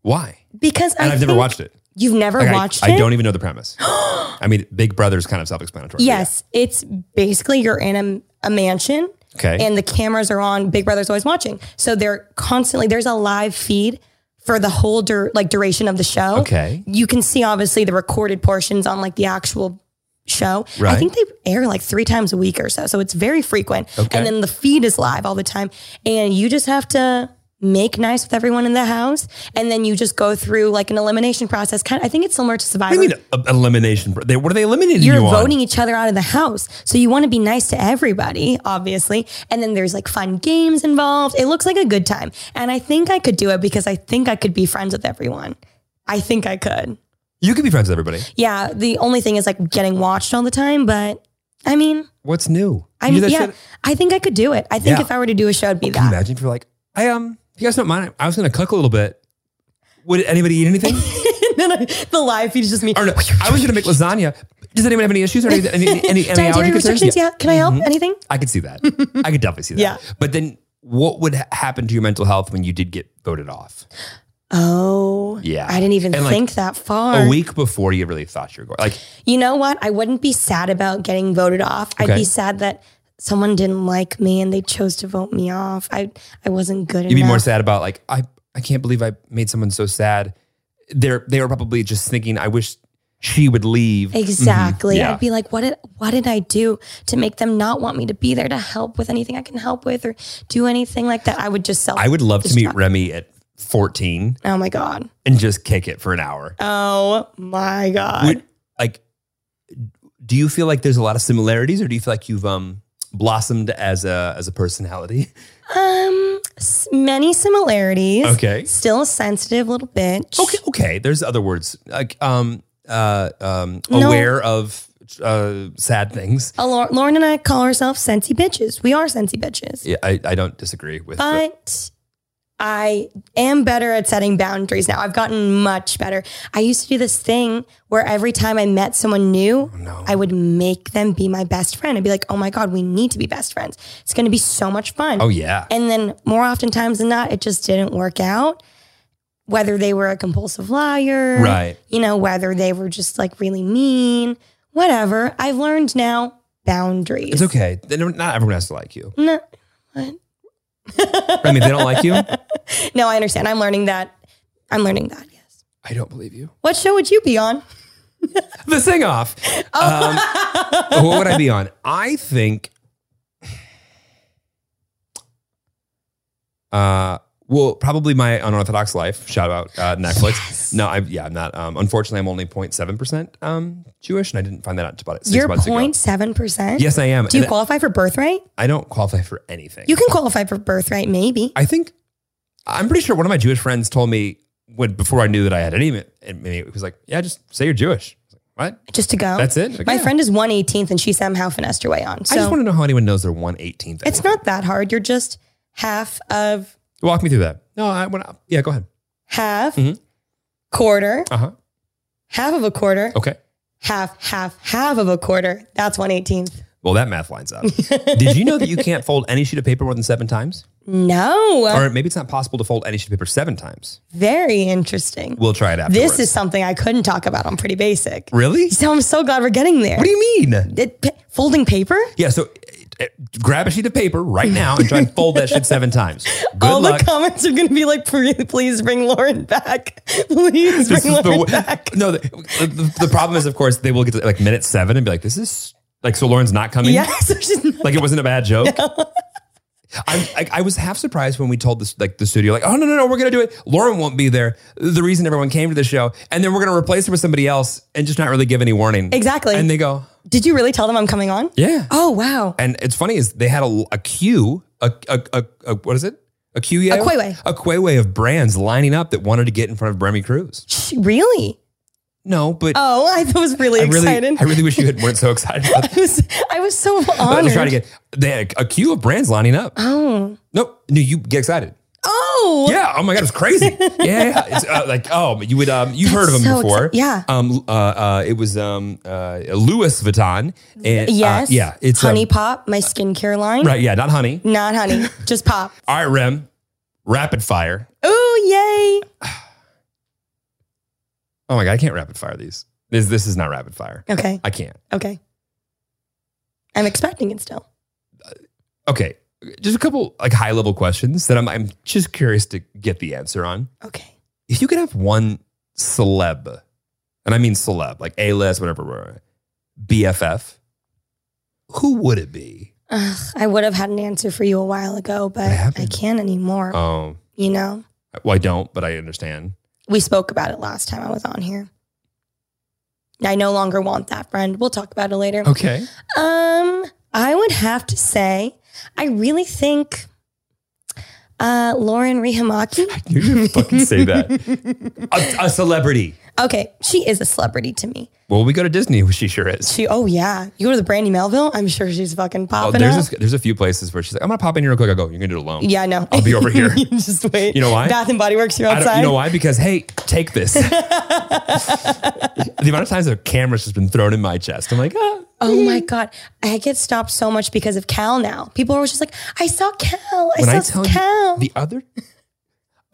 Why? because And I I've never think- watched it. You've never Like, I- watched I, it. don't even know the premise. I mean, Big Brother's kind of self-explanatory. Yes, it's basically you're in a, a mansion Yeah. Okay. and the cameras are on. Big Brother's always watching, so they're constantly there's a live feed for the whole dur- like duration of the show. okay. you can see obviously the recorded portions on like the actual show. Right. I think they air like three times a week or so. So it's very frequent. Okay. And then the feed is live all the time. And you just have to make nice with everyone in the house. And then you just go through like an elimination process. Kind I think it's similar to Survivor. What do you mean a- elimination? They, what are they eliminating You're you on? voting each other out of the house. So you want to be nice to everybody, obviously. And then there's like fun games involved. It looks like a good time. And I think I could do it because I think I could be friends with everyone. I think I could. You could be friends with everybody. Yeah, the only thing is like getting watched all the time, but I mean, What's new? I You do mean, that yeah, shit? I think I could do it. I think Yeah. if I were to do a show, it'd be Can you that. imagine if you're like, I um, if you guys don't mind, I was going to cook a little bit. Would anybody eat anything? No, no, the live feed is just me. or no, I was going to make lasagna. Does anyone have any issues or any any, any, any allergy Dietary concerns? Mm-hmm. restrictions? Yeah. Can I help? Anything? I could see that. I could definitely see that. Yeah. But then, what would ha- happen to your mental health when you did get voted off? Oh, Yeah. I didn't even And, like, think that far. A week before you really thought you were going, like, You know what? I wouldn't be sad about getting voted off. I'd Okay. be sad that someone didn't like me and they chose to vote me off. I I wasn't good you'd be enough. more sad about like, I, I can't believe I made someone so sad. They're they were probably just thinking, I wish she would leave. Mhm. Exactly. Yeah. I'd be like, what did what did I do to make them not want me to be there to help with anything I can help with or do anything like that? I would just self. I would love to meet destruct. Remy at 14 Oh my god. and just kick it for an hour. Oh my god. Would, like, do you feel like there's a lot of similarities, or do you feel like you've um blossomed as a as a personality? um, s- many similarities. Okay. Still a sensitive little bitch. Okay, okay. There's other words like um uh um No. aware of uh sad things. A Lau- Lauren and I call ourselves sensy bitches. We are sensy bitches. Yeah, I, I don't disagree with. the- But I am better at setting boundaries now. I've gotten much better. I used to do this thing where every time I met someone new, Oh, I would make them be my best friend. I'd be like, oh my God, we need to be best friends. It's going to be so much fun. oh yeah, And then more oftentimes than not, it just didn't work out. Whether they were a compulsive liar, Right. You know, whether they were just like really mean, whatever. I've learned now boundaries. it's okay. They don't- Not everyone has to like you. No, I mean, they don't like you. no, I understand. I'm learning that. I'm learning that. Yes. I don't believe you. What show would you be on? The sing off. Oh. Um, what would I be on? I think. Uh, well, probably my unorthodox life. Shout out uh, Netflix. No, I yeah, I'm not. Um, unfortunately, I'm only 0.7 percent um Jewish, and I didn't find that out about six You're months point ago. seven percent. Yes, I am. Do you And qualify for birthright? I don't qualify for anything. You can qualify for birthright, maybe. I think I'm pretty sure one of my Jewish friends told me when before I knew that I had any. and maybe It was like, yeah, just say you're Jewish. I was like, What? just to go. That's it? My Yeah. friend is one eighteenth, and she somehow finessed her way on. So I just want to know how anyone knows they're 118th. it's not that hard. You're just half of Walk me through that. No, I went up. Yeah, go ahead. half, Mhm. quarter, Uh huh. half of a quarter, Okay. half, half, half of a quarter. That's one eighteenth. Well, that math lines up. Did you know that you can't fold any sheet of paper more than seven times? No, Or maybe it's not possible to fold any sheet of paper seven times. very interesting. We'll try it afterwards. This is something I couldn't talk about on Pretty Basic. really. So I'm so glad we're getting there. What do you mean? It- p- folding paper? Yeah. So uh, uh, grab a sheet of paper right now and try and fold that shit seven times. Good All luck. the comments are going to be like, "Please- please bring Lauren back. Please this bring is Lauren the back. no. The, the, the problem is, of course, they will get to like minute seven and be like, "This is like so." Lauren's not coming. Yeah, so she's not- Like it wasn't a bad joke. I'm, I, I was half surprised when we told this like the studio like oh no no no we're gonna do it Lauren won't be there the reason everyone came to the show and then we're gonna replace her with somebody else and just not really give any warning Exactly. and they go Did you really tell them I'm coming on? yeah Oh, wow. and it's funny is they had a, a queue a, a, a, a what is it a queue yeah A queueway. a queueway of brands lining up that wanted to get in front of Bremy Cruz Sh- Really? no but Oh, I was really I really excited. I really wish you had, weren't so excited about I was, I was so Let's honored. try to get they had a, a queue of brands lining up oh. nope no you get excited Oh, No. Yeah. Oh my god, it was crazy. yeah. yeah. It's, uh, like oh, you would um, you've heard of him so before. exci- yeah. Um. Uh, uh. It was um. Uh. Louis Vuitton. And, uh, Yes. yeah. It's um, honey pop, my skincare line. Right. Yeah. Not honey. Not honey, just pop. All right, Rem. Rapid fire. Oh Oh my god, I can't rapid fire these. This this is not rapid fire. yay. Okay. I can't. Okay. I'm expecting it still. Okay. Just a couple like high level questions that I'm I'm just curious to get the answer on. Okay. If you could have one celeb, and I mean celeb, like A list, whatever, whatever, BFF, who would it be? Ugh, I would have had an answer for you a while ago, but What I happened? can't anymore. Um, you know, well, I don't, but I understand. we spoke about it last time I was on here. I no longer want that friend. We'll talk about it later. Okay. Um, I would have to say, I really think uh, Lauren Rihamaki. You didn't fucking say that. a, a celebrity. Okay, she is a celebrity to me. Well, we go to Disney, she sure is. She, oh yeah, you go to the Brandy Melville. I'm sure she's fucking Oh, popping there's, up. this, there's a few places where she's like, I'm going to pop in here real quick. I go, you're going to do it alone. yeah, I know. I'll be over here. Just wait. You know why? Bath and Body Works, you're I don't, outside. you know why? Because hey, take this. the amount of times a camera's just been thrown in my chest. I'm like, ah. Oh my god, I get stopped so much because of Cal now. People are always just like, "I saw Cal. I when I saw tell Cal." you the other.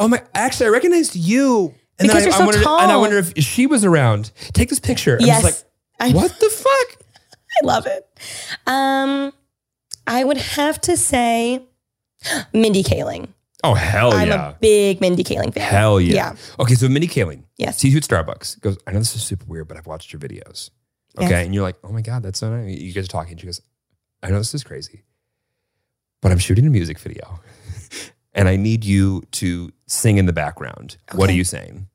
Oh my! Actually, I recognized you. And Because I, you're I so wondered- And I tall. wonder if she was around. Take this picture. I'm yes, just I, like, what the fuck? I love it. Um, I would have to say Mindy Kaling. Oh hell I'm yeah! a big Mindy Kaling fan. hell yeah. Yeah. Okay, so Mindy Kaling Yes. sees you at Starbucks. Goes, I know this is super weird, but I've watched your videos. Okay, Yes. and you're like, oh my god, that's so nice. You guys are talking. She goes, I know this is crazy, but I'm shooting a music video, and I need you to sing in the background. What are Okay. you saying?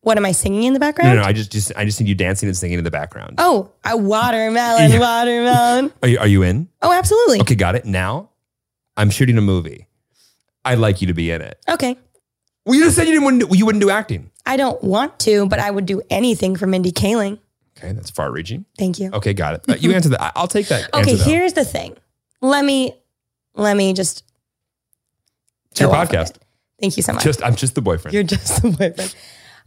What am I singing in the No, background? no, no, I just, just, I just need you dancing and singing in the background. Oh, a watermelon, Yeah. watermelon. Are you, are you in? Oh, absolutely. Okay, got it. Now, I'm shooting a movie. I'd like you to be in it. Okay. Well, you just said you didn't. Wouldn't, you wouldn't do acting. I don't want to, but I would do anything for Mindy Kaling. Okay, that's far-reaching. Thank you. Okay, got it. Uh, you answer that. I- I'll take that. Okay, answer, though. here's the thing. Let me let me just It's your go off of podcast. it. Thank you so much. Just I'm just the boyfriend. You're just the boyfriend.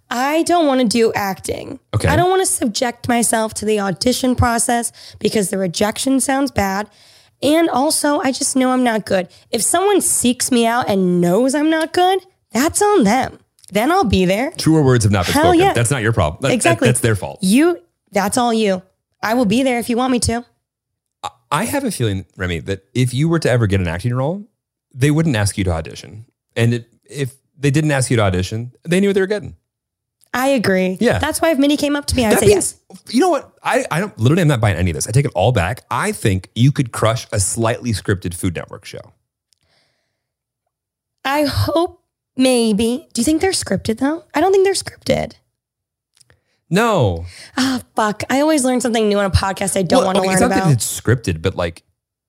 I don't want to do acting. Okay. I don't want to subject myself to the audition process because the rejection sounds bad. And also, I just know I'm not good. If someone seeks me out and knows I'm not good, that's on them. Then I'll be there. Truer words have not been Hell spoken. yeah. That's not your problem. That- that- Exactly. that's their fault. You, that's all you. I will be there if you want me to. I have a feeling, Remy, that if you were to ever get an acting role, they wouldn't ask you to audition. And it, if they didn't ask you to audition, they knew what they were getting. I agree. Yeah. That's why if Minnie came up to me, I'd That say yes. means- You know what? I, I don't literally I'm not buying any of this. I take it all back. I think you could crush a slightly scripted Food Network show. I hope maybe. Do you think they're scripted though? I don't think they're scripted. No, Ah, fuck. I always learn something new on a podcast I don't Well, want to okay, learn it's not about. That it's scripted, but like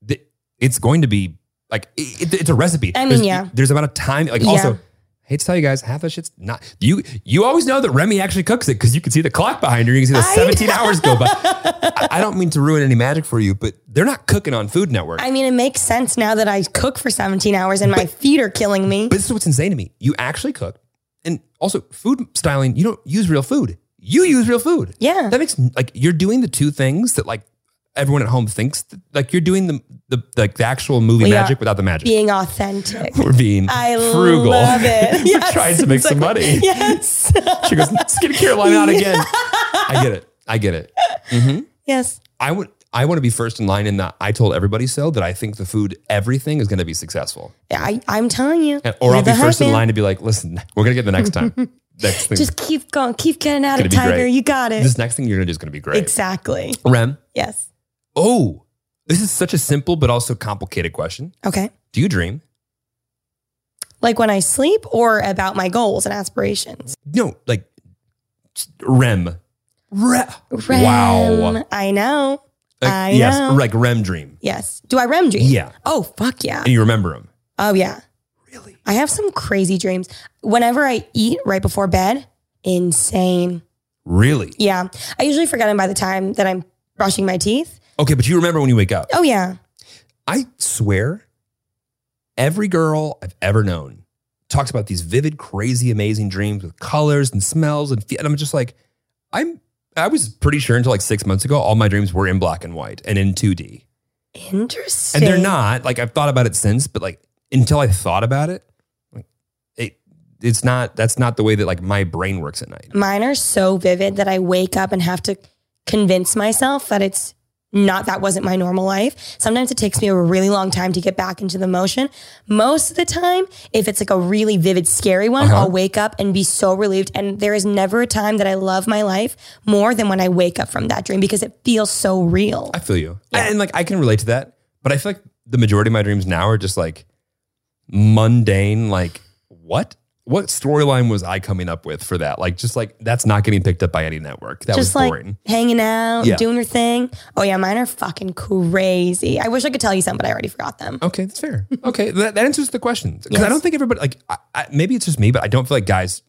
th- it's going to be like it, it- it's a recipe. I mean, there's, yeah. There's amount of time. Like Yeah. also, I hate to tell you guys, half that shit's not you. You always know that Remy actually cooks it because you can see the clock behind her. You can see the I- 17 hours go by. I, I don't mean to ruin any magic for you, but they're not cooking on Food Network. I mean, it makes sense now that I cook for 17 hours and my feet are killing me. but this is what's insane to me. You actually cook, and also food styling. You don't use real food. You use real food. Yeah. that makes like you're doing the two things that like everyone at home thinks that, like you're doing the the like the actual movie We are magic without the magic. Being authentic. We're being I frugal. love it. We're trying to make some exactly. money. Yes. She goes, let's get Caroline out again. I get it. I get it. hmm yes. I would. I want to be first in line in that I told everybody so that I think the food everything is going to be successful, I, I'm telling you. And- or you're I'll be the first in hype man. line to be like, listen, we're going to get the next time. next thing, Just keep going. Keep getting at Gonna it, be Tiger. great. You got it. this next thing you're going to do is going to be great. Exactly. Rem, Yes. oh, this is such a simple but also complicated question. Okay. Do you dream? Like when I sleep or about my goals and aspirations. No, like just REM. Re- REM. Wow. I know. Like, I yes, know. like REM dream. Yes. Do I REM dream? Yeah. Oh, fuck yeah. And you remember them. Oh, yeah. Really? I have some crazy dreams. Whenever I eat right before bed, insane. Really? Yeah. I usually forget them by the time that I'm brushing my teeth. Okay, but you remember when you wake up. Oh, yeah. I swear, every girl I've ever known talks about these vivid, crazy, amazing dreams with colors and smells and fe- and I'm just like, I'm I was pretty sure until like six months ago, all my dreams were in black and white and in 2D. Interesting. And they're not like I've thought about it since, but like until I thought about it, like it it's not that's not the way that like my brain works at night. Mine are so vivid that I wake up and have to convince myself that it's not that wasn't my normal life. Sometimes it takes me a really long time to get back into the motion. Most of the time, if it's like a really vivid, scary one, Uh-huh. I'll wake up and be so relieved. And there is never a time that I love my life more than when I wake up from that dream because it feels so real. I feel you. And like I can relate to that, but I feel like the majority of my dreams now are just like mundane, like what? What storyline was I coming up with for that? Like just like that's not getting picked up by any network. That Just was like boring. hanging out, Yeah. doing your thing. Oh yeah, mine are fucking crazy. I wish I could tell you some, but I already forgot them. Okay, that's fair. Okay, that, that answers the question. Because I don't think everybody like I, I, maybe it's just me, but I don't feel like guys.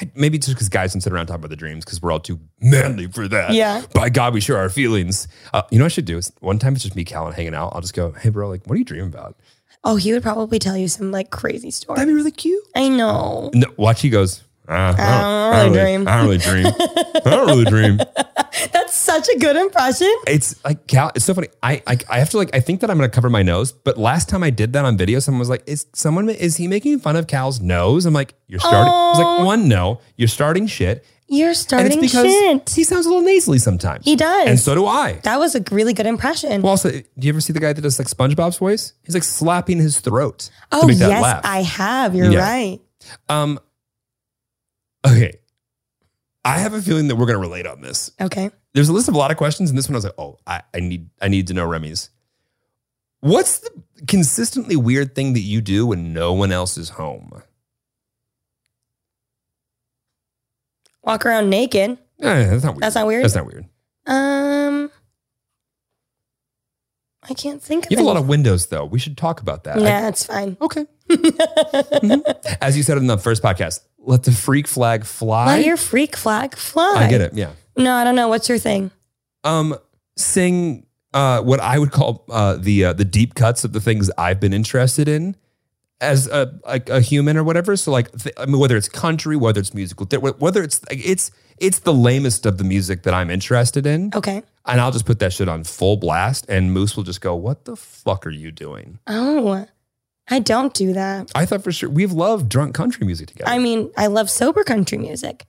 I, maybe it's just because guys don't sit around talking about their dreams because we're all too manly for that. Yeah. By God, we share our feelings. Uh, you know what I should do is one time it's just me, Callan, hanging out. I'll just go, hey, bro, like, what are you dreaming about? Oh, he would probably tell you some like crazy story. That'd be really cute. I know. No, watch. He goes. "Ah, I, don't, I I don't really dream. I don't really dream. That's such a good impression. It's like Cal. It's so funny. I, I I have to like. I think that I'm gonna cover my nose. But last time I did that on video, someone was like, "Is someone is he making fun of Cal's nose?" I'm like, "You're starting." It's Oh. like one, no, you're starting shit, You're and it's starting because shit. he sounds a little nasally sometimes. He does. and so do I. that was a really good impression. Well, also, do you ever see the guy that does like SpongeBob's voice? He's like slapping his throat oh to make that yes, laugh. I have. You're Yeah. right. um. Okay, I have a feeling that we're gonna relate on this. Okay. there's a list of a lot of questions, and this one I was like, oh, I, I need I need to know Remy's. What's the consistently weird thing that you do when no one else is home? Walk around naked. Eh, that's not weird. That's not weird? That's not weird. Um, I can't think of You have a lot any- of windows, though. We should talk about that. I- Nah, it's fine. okay. Mhm. As you said in the first podcast, let the freak flag fly. Let your freak flag fly. I get it. Yeah. No, I don't know. What's your thing? Um, sing uh, what I would call uh, the uh, the deep cuts of the things I've been interested in as a like a human or whatever. So like, th- I mean, whether it's country, whether it's musical, th- whether it's like, it's it's the lamest of the music that I'm interested in, Okay. and I'll just put that shit on full blast, and Moose will just go, "What the fuck are you doing?" Oh, I don't do that. I thought for sure we've loved drunk country music together. I mean, I love sober country music.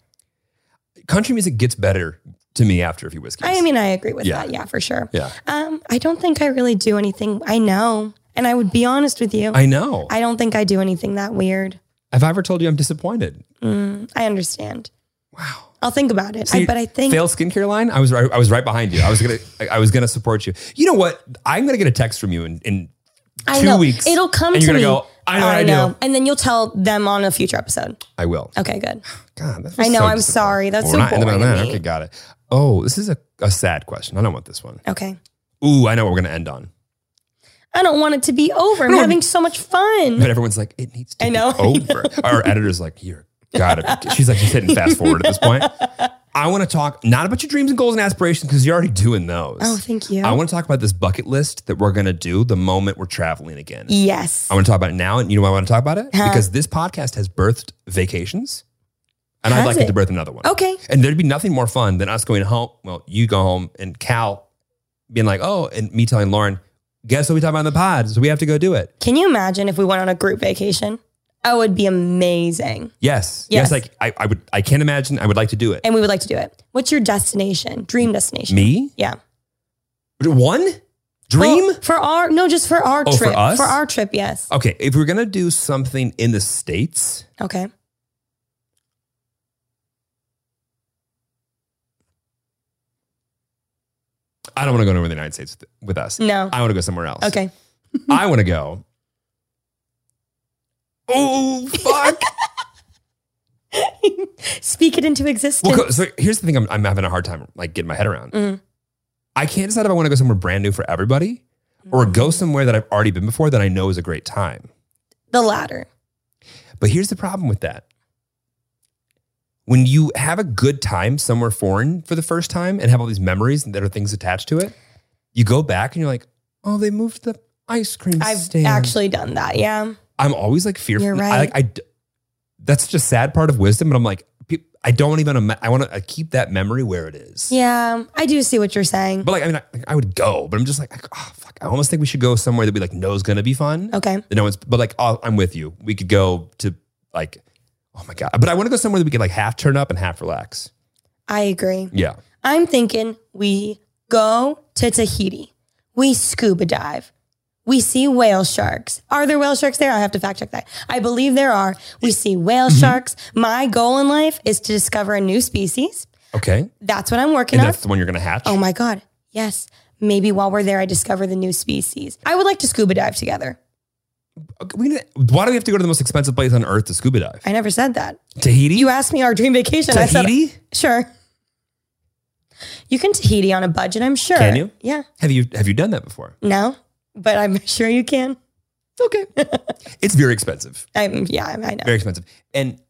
country music gets better to me after a few whiskeys. I mean, I agree with Yeah. that. Yeah, for sure. yeah, Um, I don't think I really do anything. I know, and I would be honest with you. I, I know. don't think I do anything that weird. Have I ever told you I'm disappointed? Mm, I understand. Wow. I'll think about it. See, I, but I think fail skincare line. I was right, I was right behind you. I was gonna I, I was gonna support you. You know what? I'm gonna get a text from you in, in I two know weeks. it'll come and to you're me. gonna go. I know. what I, do. and then you'll tell them on a future episode. I will. Okay, good. God, that was I know, so I'm disappointing. sorry. That's Well, so we're not ending on boring that. to me. Okay, got it. Oh, this is a, a sad question. I don't want this one. Okay. Ooh, I know what we're gonna end on. I don't want it to be over. I'm No, having so much fun. But everyone's like, it needs to I know. be over. Our editor's like, you're gotta. be- She's like, she's hitting fast forward at this point. I want to talk not about your dreams and goals and aspirations because you're already doing those. Oh, thank you. I want to talk about this bucket list that we're gonna do the moment we're traveling again. yes. I want to talk about it now, and you know why I want to talk about it because this podcast has birthed vacations, and I'd Has like it? it? to birth another one. Okay. And there'd be nothing more fun than us going home. Well, you go home, and Cal being like, "Oh," and me telling Lauren, "Guess what we talked about in the pod?" So we have to go do it. Can you imagine if we went on a group vacation? Oh, it would be amazing. Yes, Yes. yes. like I, I would, I can't imagine. I would like to do it. And we would like to do it. What's your destination? Dream destination? me, Yeah. one dream. Well, for our no, just for our Oh, for trip. us? our trip, yes. okay, if we're gonna do something in the states, Okay. I don't want to go to the United States with- with us. No. I want to go somewhere else. Okay. I want to go. Oh fuck! Speak it into existence. well, co- so here's the thing: I'm, I'm having a hard time like getting my head around. Mhm. I can't decide if I want to go somewhere brand new for everybody, or Mm. go somewhere that I've already been before that I know is a great time. the latter. But here's the problem with that: when you have a good time somewhere foreign for the first time and have all these memories and there are things attached to it, you go back and you're like, "Oh, they moved the ice cream I've stand." actually done that. Yeah. I'm always like fearful. You're I right. like I d- that's such a sad part of wisdom. But I'm like, pe- I don't even. ima- I want to keep that memory where it is. Yeah, I do see what you're saying. But like, I mean, I, I would go, but I'm just like, oh, fuck. I almost think we should go somewhere that we like know is gonna be fun. Okay. That no one's, but like, oh, I'm with you. We could go to like, oh my god. But I want to go somewhere that we could like half turn up and half relax. I agree. Yeah. I'm thinking we go to Tahiti. We scuba dive. We see whale sharks. Are there whale sharks there? I have to fact check that. I believe there are. We see whale Mm-hmm. sharks. My goal in life is to discover a new species. Okay. And That's what I'm working on. that's the one you're gonna hatch. Oh my God. Yes. Maybe while we're there, I discover the new species. I would like to scuba dive together. Okay, we, why do we have to go to the most expensive place on earth to scuba dive? I never said that. Tahiti. You asked me our dream vacation. I Tahiti? said, sure. You can Tahiti on a budget, I'm sure. Can you? Yeah. have you have you done that before? No, but I'm sure you can. Okay. it's very expensive. I'm, yeah, I know. very expensive. And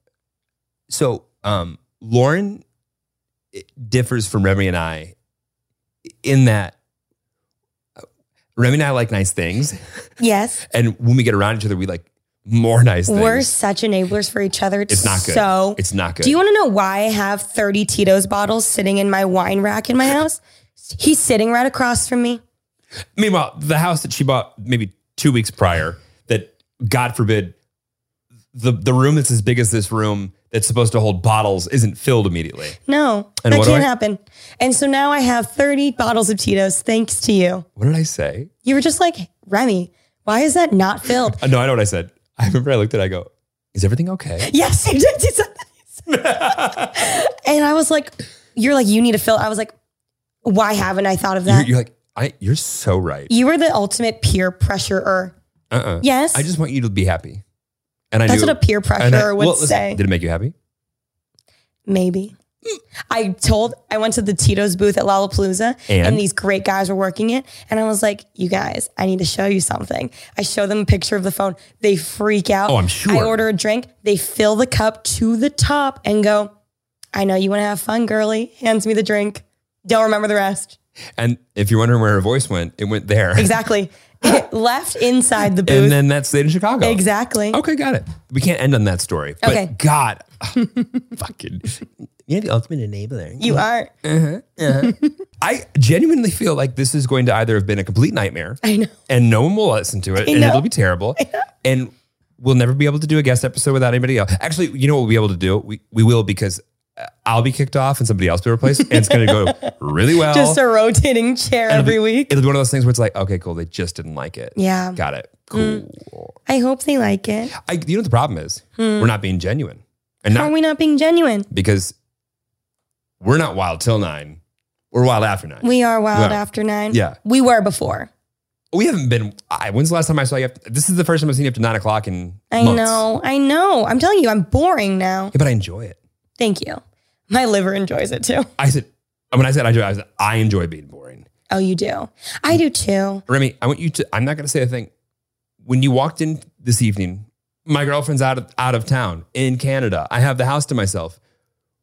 so, um, Lauren eh, differs from Remy and I in that uh, Remy and I like nice things, Yes. and when we get around each other, we like more nice things. We're such enablers for each other. it's not good. So, it's not good. do you want to know why I have 30 Tito's bottles sitting in my wine rack in my house? He's sitting right across from me. Meanwhile, the house that she bought maybe two weeks prior, that God forbid, the the room that's as big as this room that's supposed to hold bottles isn't filled immediately. No, And that what do can't I- happen. And so now I have 30 bottles of Tito's thanks to you. What did I say? You were just like, Remy, why is that not filled? Uh, no, I know what I said. I remember I looked at. it, I go, is everything okay? yes, he did. He said that. and I was like, you're like, you need to fill. I was like, why haven't I thought of You're, that? you're like, I. You're so right. you were the ultimate peer pressurer. Uh-uh. Yes. I just want you to be happy. And I That's knew, what a peer and I- pressurer would well, listen, say. Did it make you happy? Maybe. I told, I went to the Tito's booth at Lollapalooza and? And? these great guys were working it. And I was like, you guys, I need to show you something. I show them a picture of the phone. They freak out. Oh, I'm sure. I order a drink. They fill the cup to the top and go, I know you want to have fun, girly. Hands me the drink. Don't remember the rest. And if you're wondering where her voice went, it went there. Exactly. It left inside the booth. And then that stayed in Chicago. exactly. Okay, got it. We can't end on that story. But Okay. God, fucking, you're the ultimate enabler. You are. I genuinely feel like this is going to either have been a complete nightmare, I know. and no one will listen to it, and know. it'll be terrible, and we'll never be able to do a guest episode without anybody else. Actually, you know what we'll be able to do? We we will because uh, I'll be kicked off and somebody else will be replaced, and it's going to go really well. Just a rotating chair And it'll every be- week. It'll be one of those things where it's like, okay, cool, they just didn't like it. Yeah. Mm. got it. Cool. I hope they like it. I, you know what the problem is? We're not being genuine, and How not are Hmm. we not being genuine? because we're not wild till nine. We're wild after nine. We are wild Yeah. after nine. Yeah. We were before. We haven't been. I, when's the last time I saw you? After, this is the first time I've seen you up to nine o'clock in I months. know. I know. I'm telling you, I'm boring now. Yeah, but I enjoy it. Thank you. My liver enjoys it too. I said when I said I enjoy, I, was, I enjoy being boring. Oh, you do? I do too. Remy, I want you to. I'm not going to say a thing. When you walked in this evening, my girlfriend's out of out of town in Canada. I have the house to myself.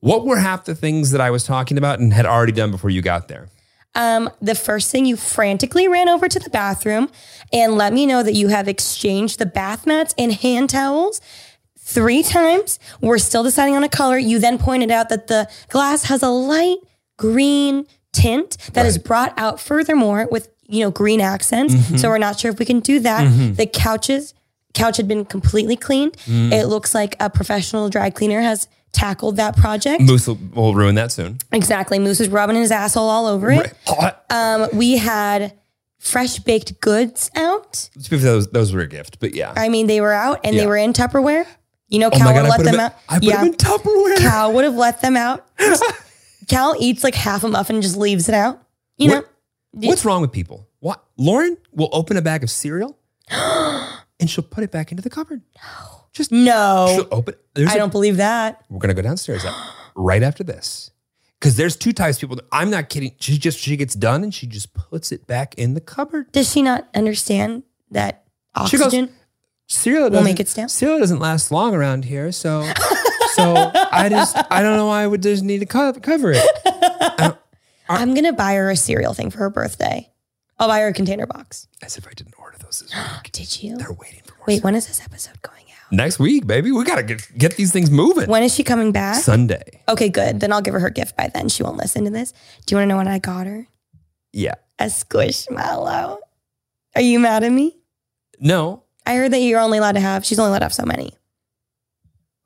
What were half the things that I was talking about and had already done before you got there? Um, the first thing you frantically ran over to the bathroom and let me know that you have exchanged the bath mats and hand towels three times. We're still deciding on a color. You then pointed out that the glass has a light green tint that is brought out furthermore with, you know, green accents. So we're not sure if we can do that. The couches couch had been completely cleaned. It looks like a professional dry cleaner has tackled that project. Moose will, will ruin that soon. Exactly. Moose was rubbing his asshole all over it. Um, we had fresh baked goods out. Those, those were a gift, but yeah. I mean, they were out and Yeah. Oh they were in Tupperware. You know, Cal would I let put them them in- out. I put them in Tupperware. Cal would have let them out. Cal eats like half a muffin and just leaves it out. You What- know, What's wrong with people? What? Lauren will open a bag of cereal and she'll put it back into the cupboard. Just no, she'll open. There's I a- don't believe that. we're gonna go downstairs uh, right after this because there's two types of people. that- I'm not kidding. She just she gets done and she just puts it back in the cupboard. Does she not understand that She goes, oxygen? Cereal We'll doesn't make it stale. Cereal doesn't last long around here, so so I just I don't know why I would just need to co- cover it. I'm gonna buy her a cereal thing for her birthday. I'll buy her a container box. As if I didn't order those this week. Did you? They're waiting for more. Wait, when is this episode going out? next week, baby. We got to get, get these things moving. When is she coming back? Sunday. Okay, good. Then I'll give her her gift by then. She won't listen to this. Do you want to know what I got her? Yeah. A squishmallow. Are you mad at me? No. I heard that you're only allowed to have, she's only allowed to have so many.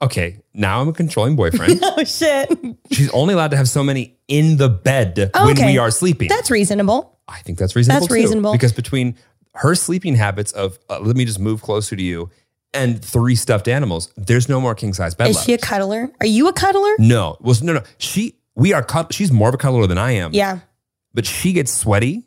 Okay. Now I'm a controlling boyfriend. Oh, shit. She's only allowed to have so many in the bed Oh, when okay. we are sleeping. That's reasonable. I think that's reasonable. That's too, reasonable. because between her sleeping habits of uh, let me just move closer to you and three stuffed animals, there's no more king size bed. Is she a lovers. cuddler? Are you a cuddler? no, well, no, no. She we are cut. She's more of a cuddler than I am. Yeah. but she gets sweaty.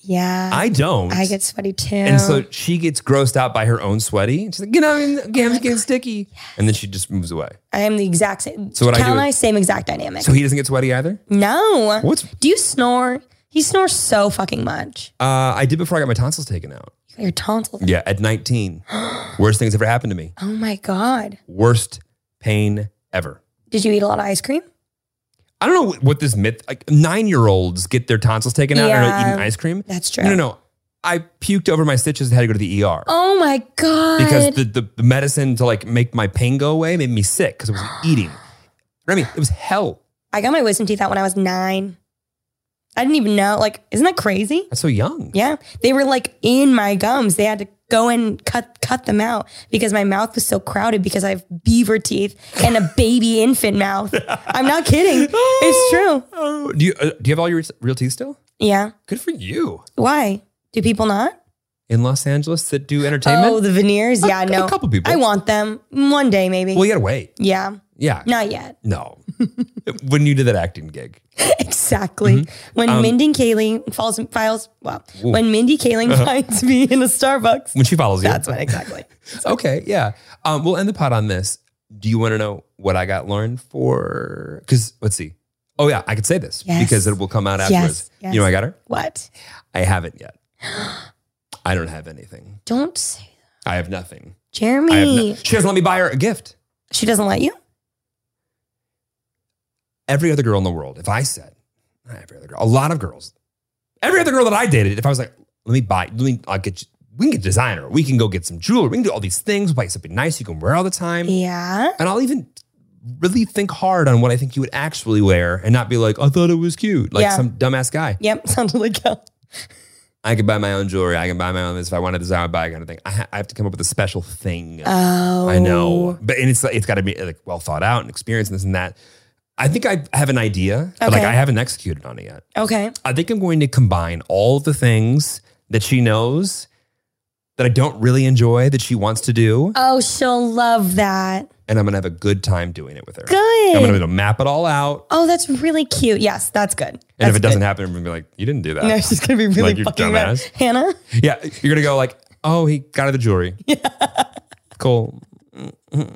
Yeah. I don't. I get sweaty too. And so she gets grossed out by her own sweaty. She's like, you know, I'm getting sticky. And then she just moves away. I am the exact same. So what I Cal do and is- I, same exact dynamic. So he doesn't get sweaty either? no. What's Do you snore? He snores so fucking much. uh, I did before I got my tonsils taken out. You got your tonsils. Yeah, at 19. Worst things ever happened to me. Oh my God. Worst pain ever. Did you eat a lot of ice cream? I don't know what this myth, like nine year olds get their tonsils taken out and are Yeah. eating ice cream. That's true. No, no, no. I puked over my stitches and had to go to the ER. Oh my God. because the, the, the medicine to like make my pain go away made me sick because I was eating. You know what I mean, it was hell. I got my wisdom teeth out when I was nine. I didn't even know. Like, isn't that crazy? That's so young. Yeah. They were like in my gums. They had to go and cut cut them out because my mouth was so crowded because I have beaver teeth and a baby infant mouth. I'm not kidding. It's true. Oh, do you uh, do you have all your real teeth still? Yeah. Good for you. Why? Do people not? In Los Angeles that do Oh, entertainment. the veneers. Yeah, a no. couple people. I want them one day, maybe. well, you gotta wait. yeah, Yeah. not yet. No. when you did that acting gig, Exactly. When Mindy Kaling falls files, well, Mm-hmm. Um, Ooh. Uh-huh. when Mindy Kaling finds me in a Starbucks, when she follows you. that's when exactly. okay. Yeah. Um, we'll end the pod on this. Do you want to know what I got Lauren for? Because let's see. Oh yeah, I could say this Yes. because it will come out afterwards. Yes, You know, yes. I got her. what? I haven't yet. I don't have anything. Don't say I have nothing. Jeremy. I have no- she doesn't let me buy her a gift. she doesn't let you? every other girl in the world, if I said, not every other girl, a lot of girls, every other girl that I dated, if I was like, let me buy, let me, I'll get you, we can get designer, we can go get some jewelry, we can do all these things, buy you something nice you can wear all the time. Yeah. And I'll even really think hard on what I think you would actually wear and not be like, I thought it was cute, like Yeah. some dumbass guy. Yep. Sounds like hell. I can buy my own jewelry, I can buy my own this if I want to design, buy kind of thing. I, ha- I have to come up with a special thing. Oh. I know, but and it's like it's got to be like well thought out and experienced and this and that. I think I have an idea, but like Okay. I haven't executed on it yet. Okay. I think I'm going to combine all the things that she knows that I don't really enjoy that she wants to do, Oh, she'll love that. and I'm gonna have a good time doing it with her. Good. I'm gonna be able to map it all out, oh, that's really cute. Yes, that's good. and That's if it doesn't good. happen, I'm gonna be like, "You didn't do that." no, she's gonna be really Like, you fucking mad. dumbass. Hannah, Yeah, you're gonna go like, "Oh, he got her the jewelry." Cool. Mhm.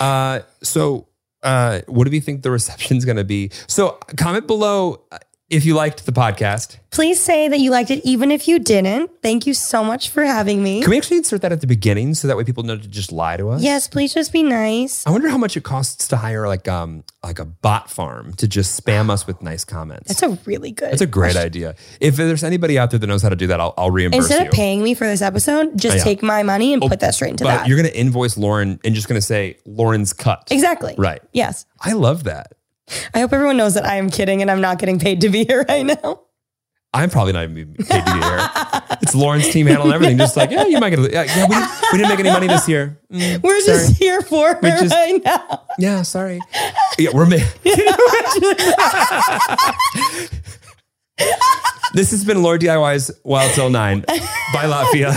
Uh, so, uh, what do we think the reception's gonna be? So, comment below uh, if you liked the podcast. please say that you liked it, even if you didn't. Thank you so much for having me. Can we actually insert that at the beginning so that way people know to just lie to us? Yes, please just be nice. I wonder how much it costs to hire like um like a bot farm to just spam us with nice comments. That's a really good. That's a great idea. If there's anybody out there that knows how to do that, I'll, I'll reimburse Instead you. of paying me for this episode, just Yeah. take my money and Oh, put that straight into but that. you're gonna invoice Lauren and just gonna say Lauren's cut. exactly Right. Yes, I love that. I hope everyone knows that I am kidding and I'm not getting paid to be here right now. I'm probably not even being paid to be here. It's Lauren's team handling everything. Just like, yeah, you might get a, yeah, yeah, we, we didn't make any money this year. Mm, We're sorry. just here for her just- right now. yeah, sorry. Yeah, we're ma- This has been Lord DIY's Wild Till Nine by Latvia.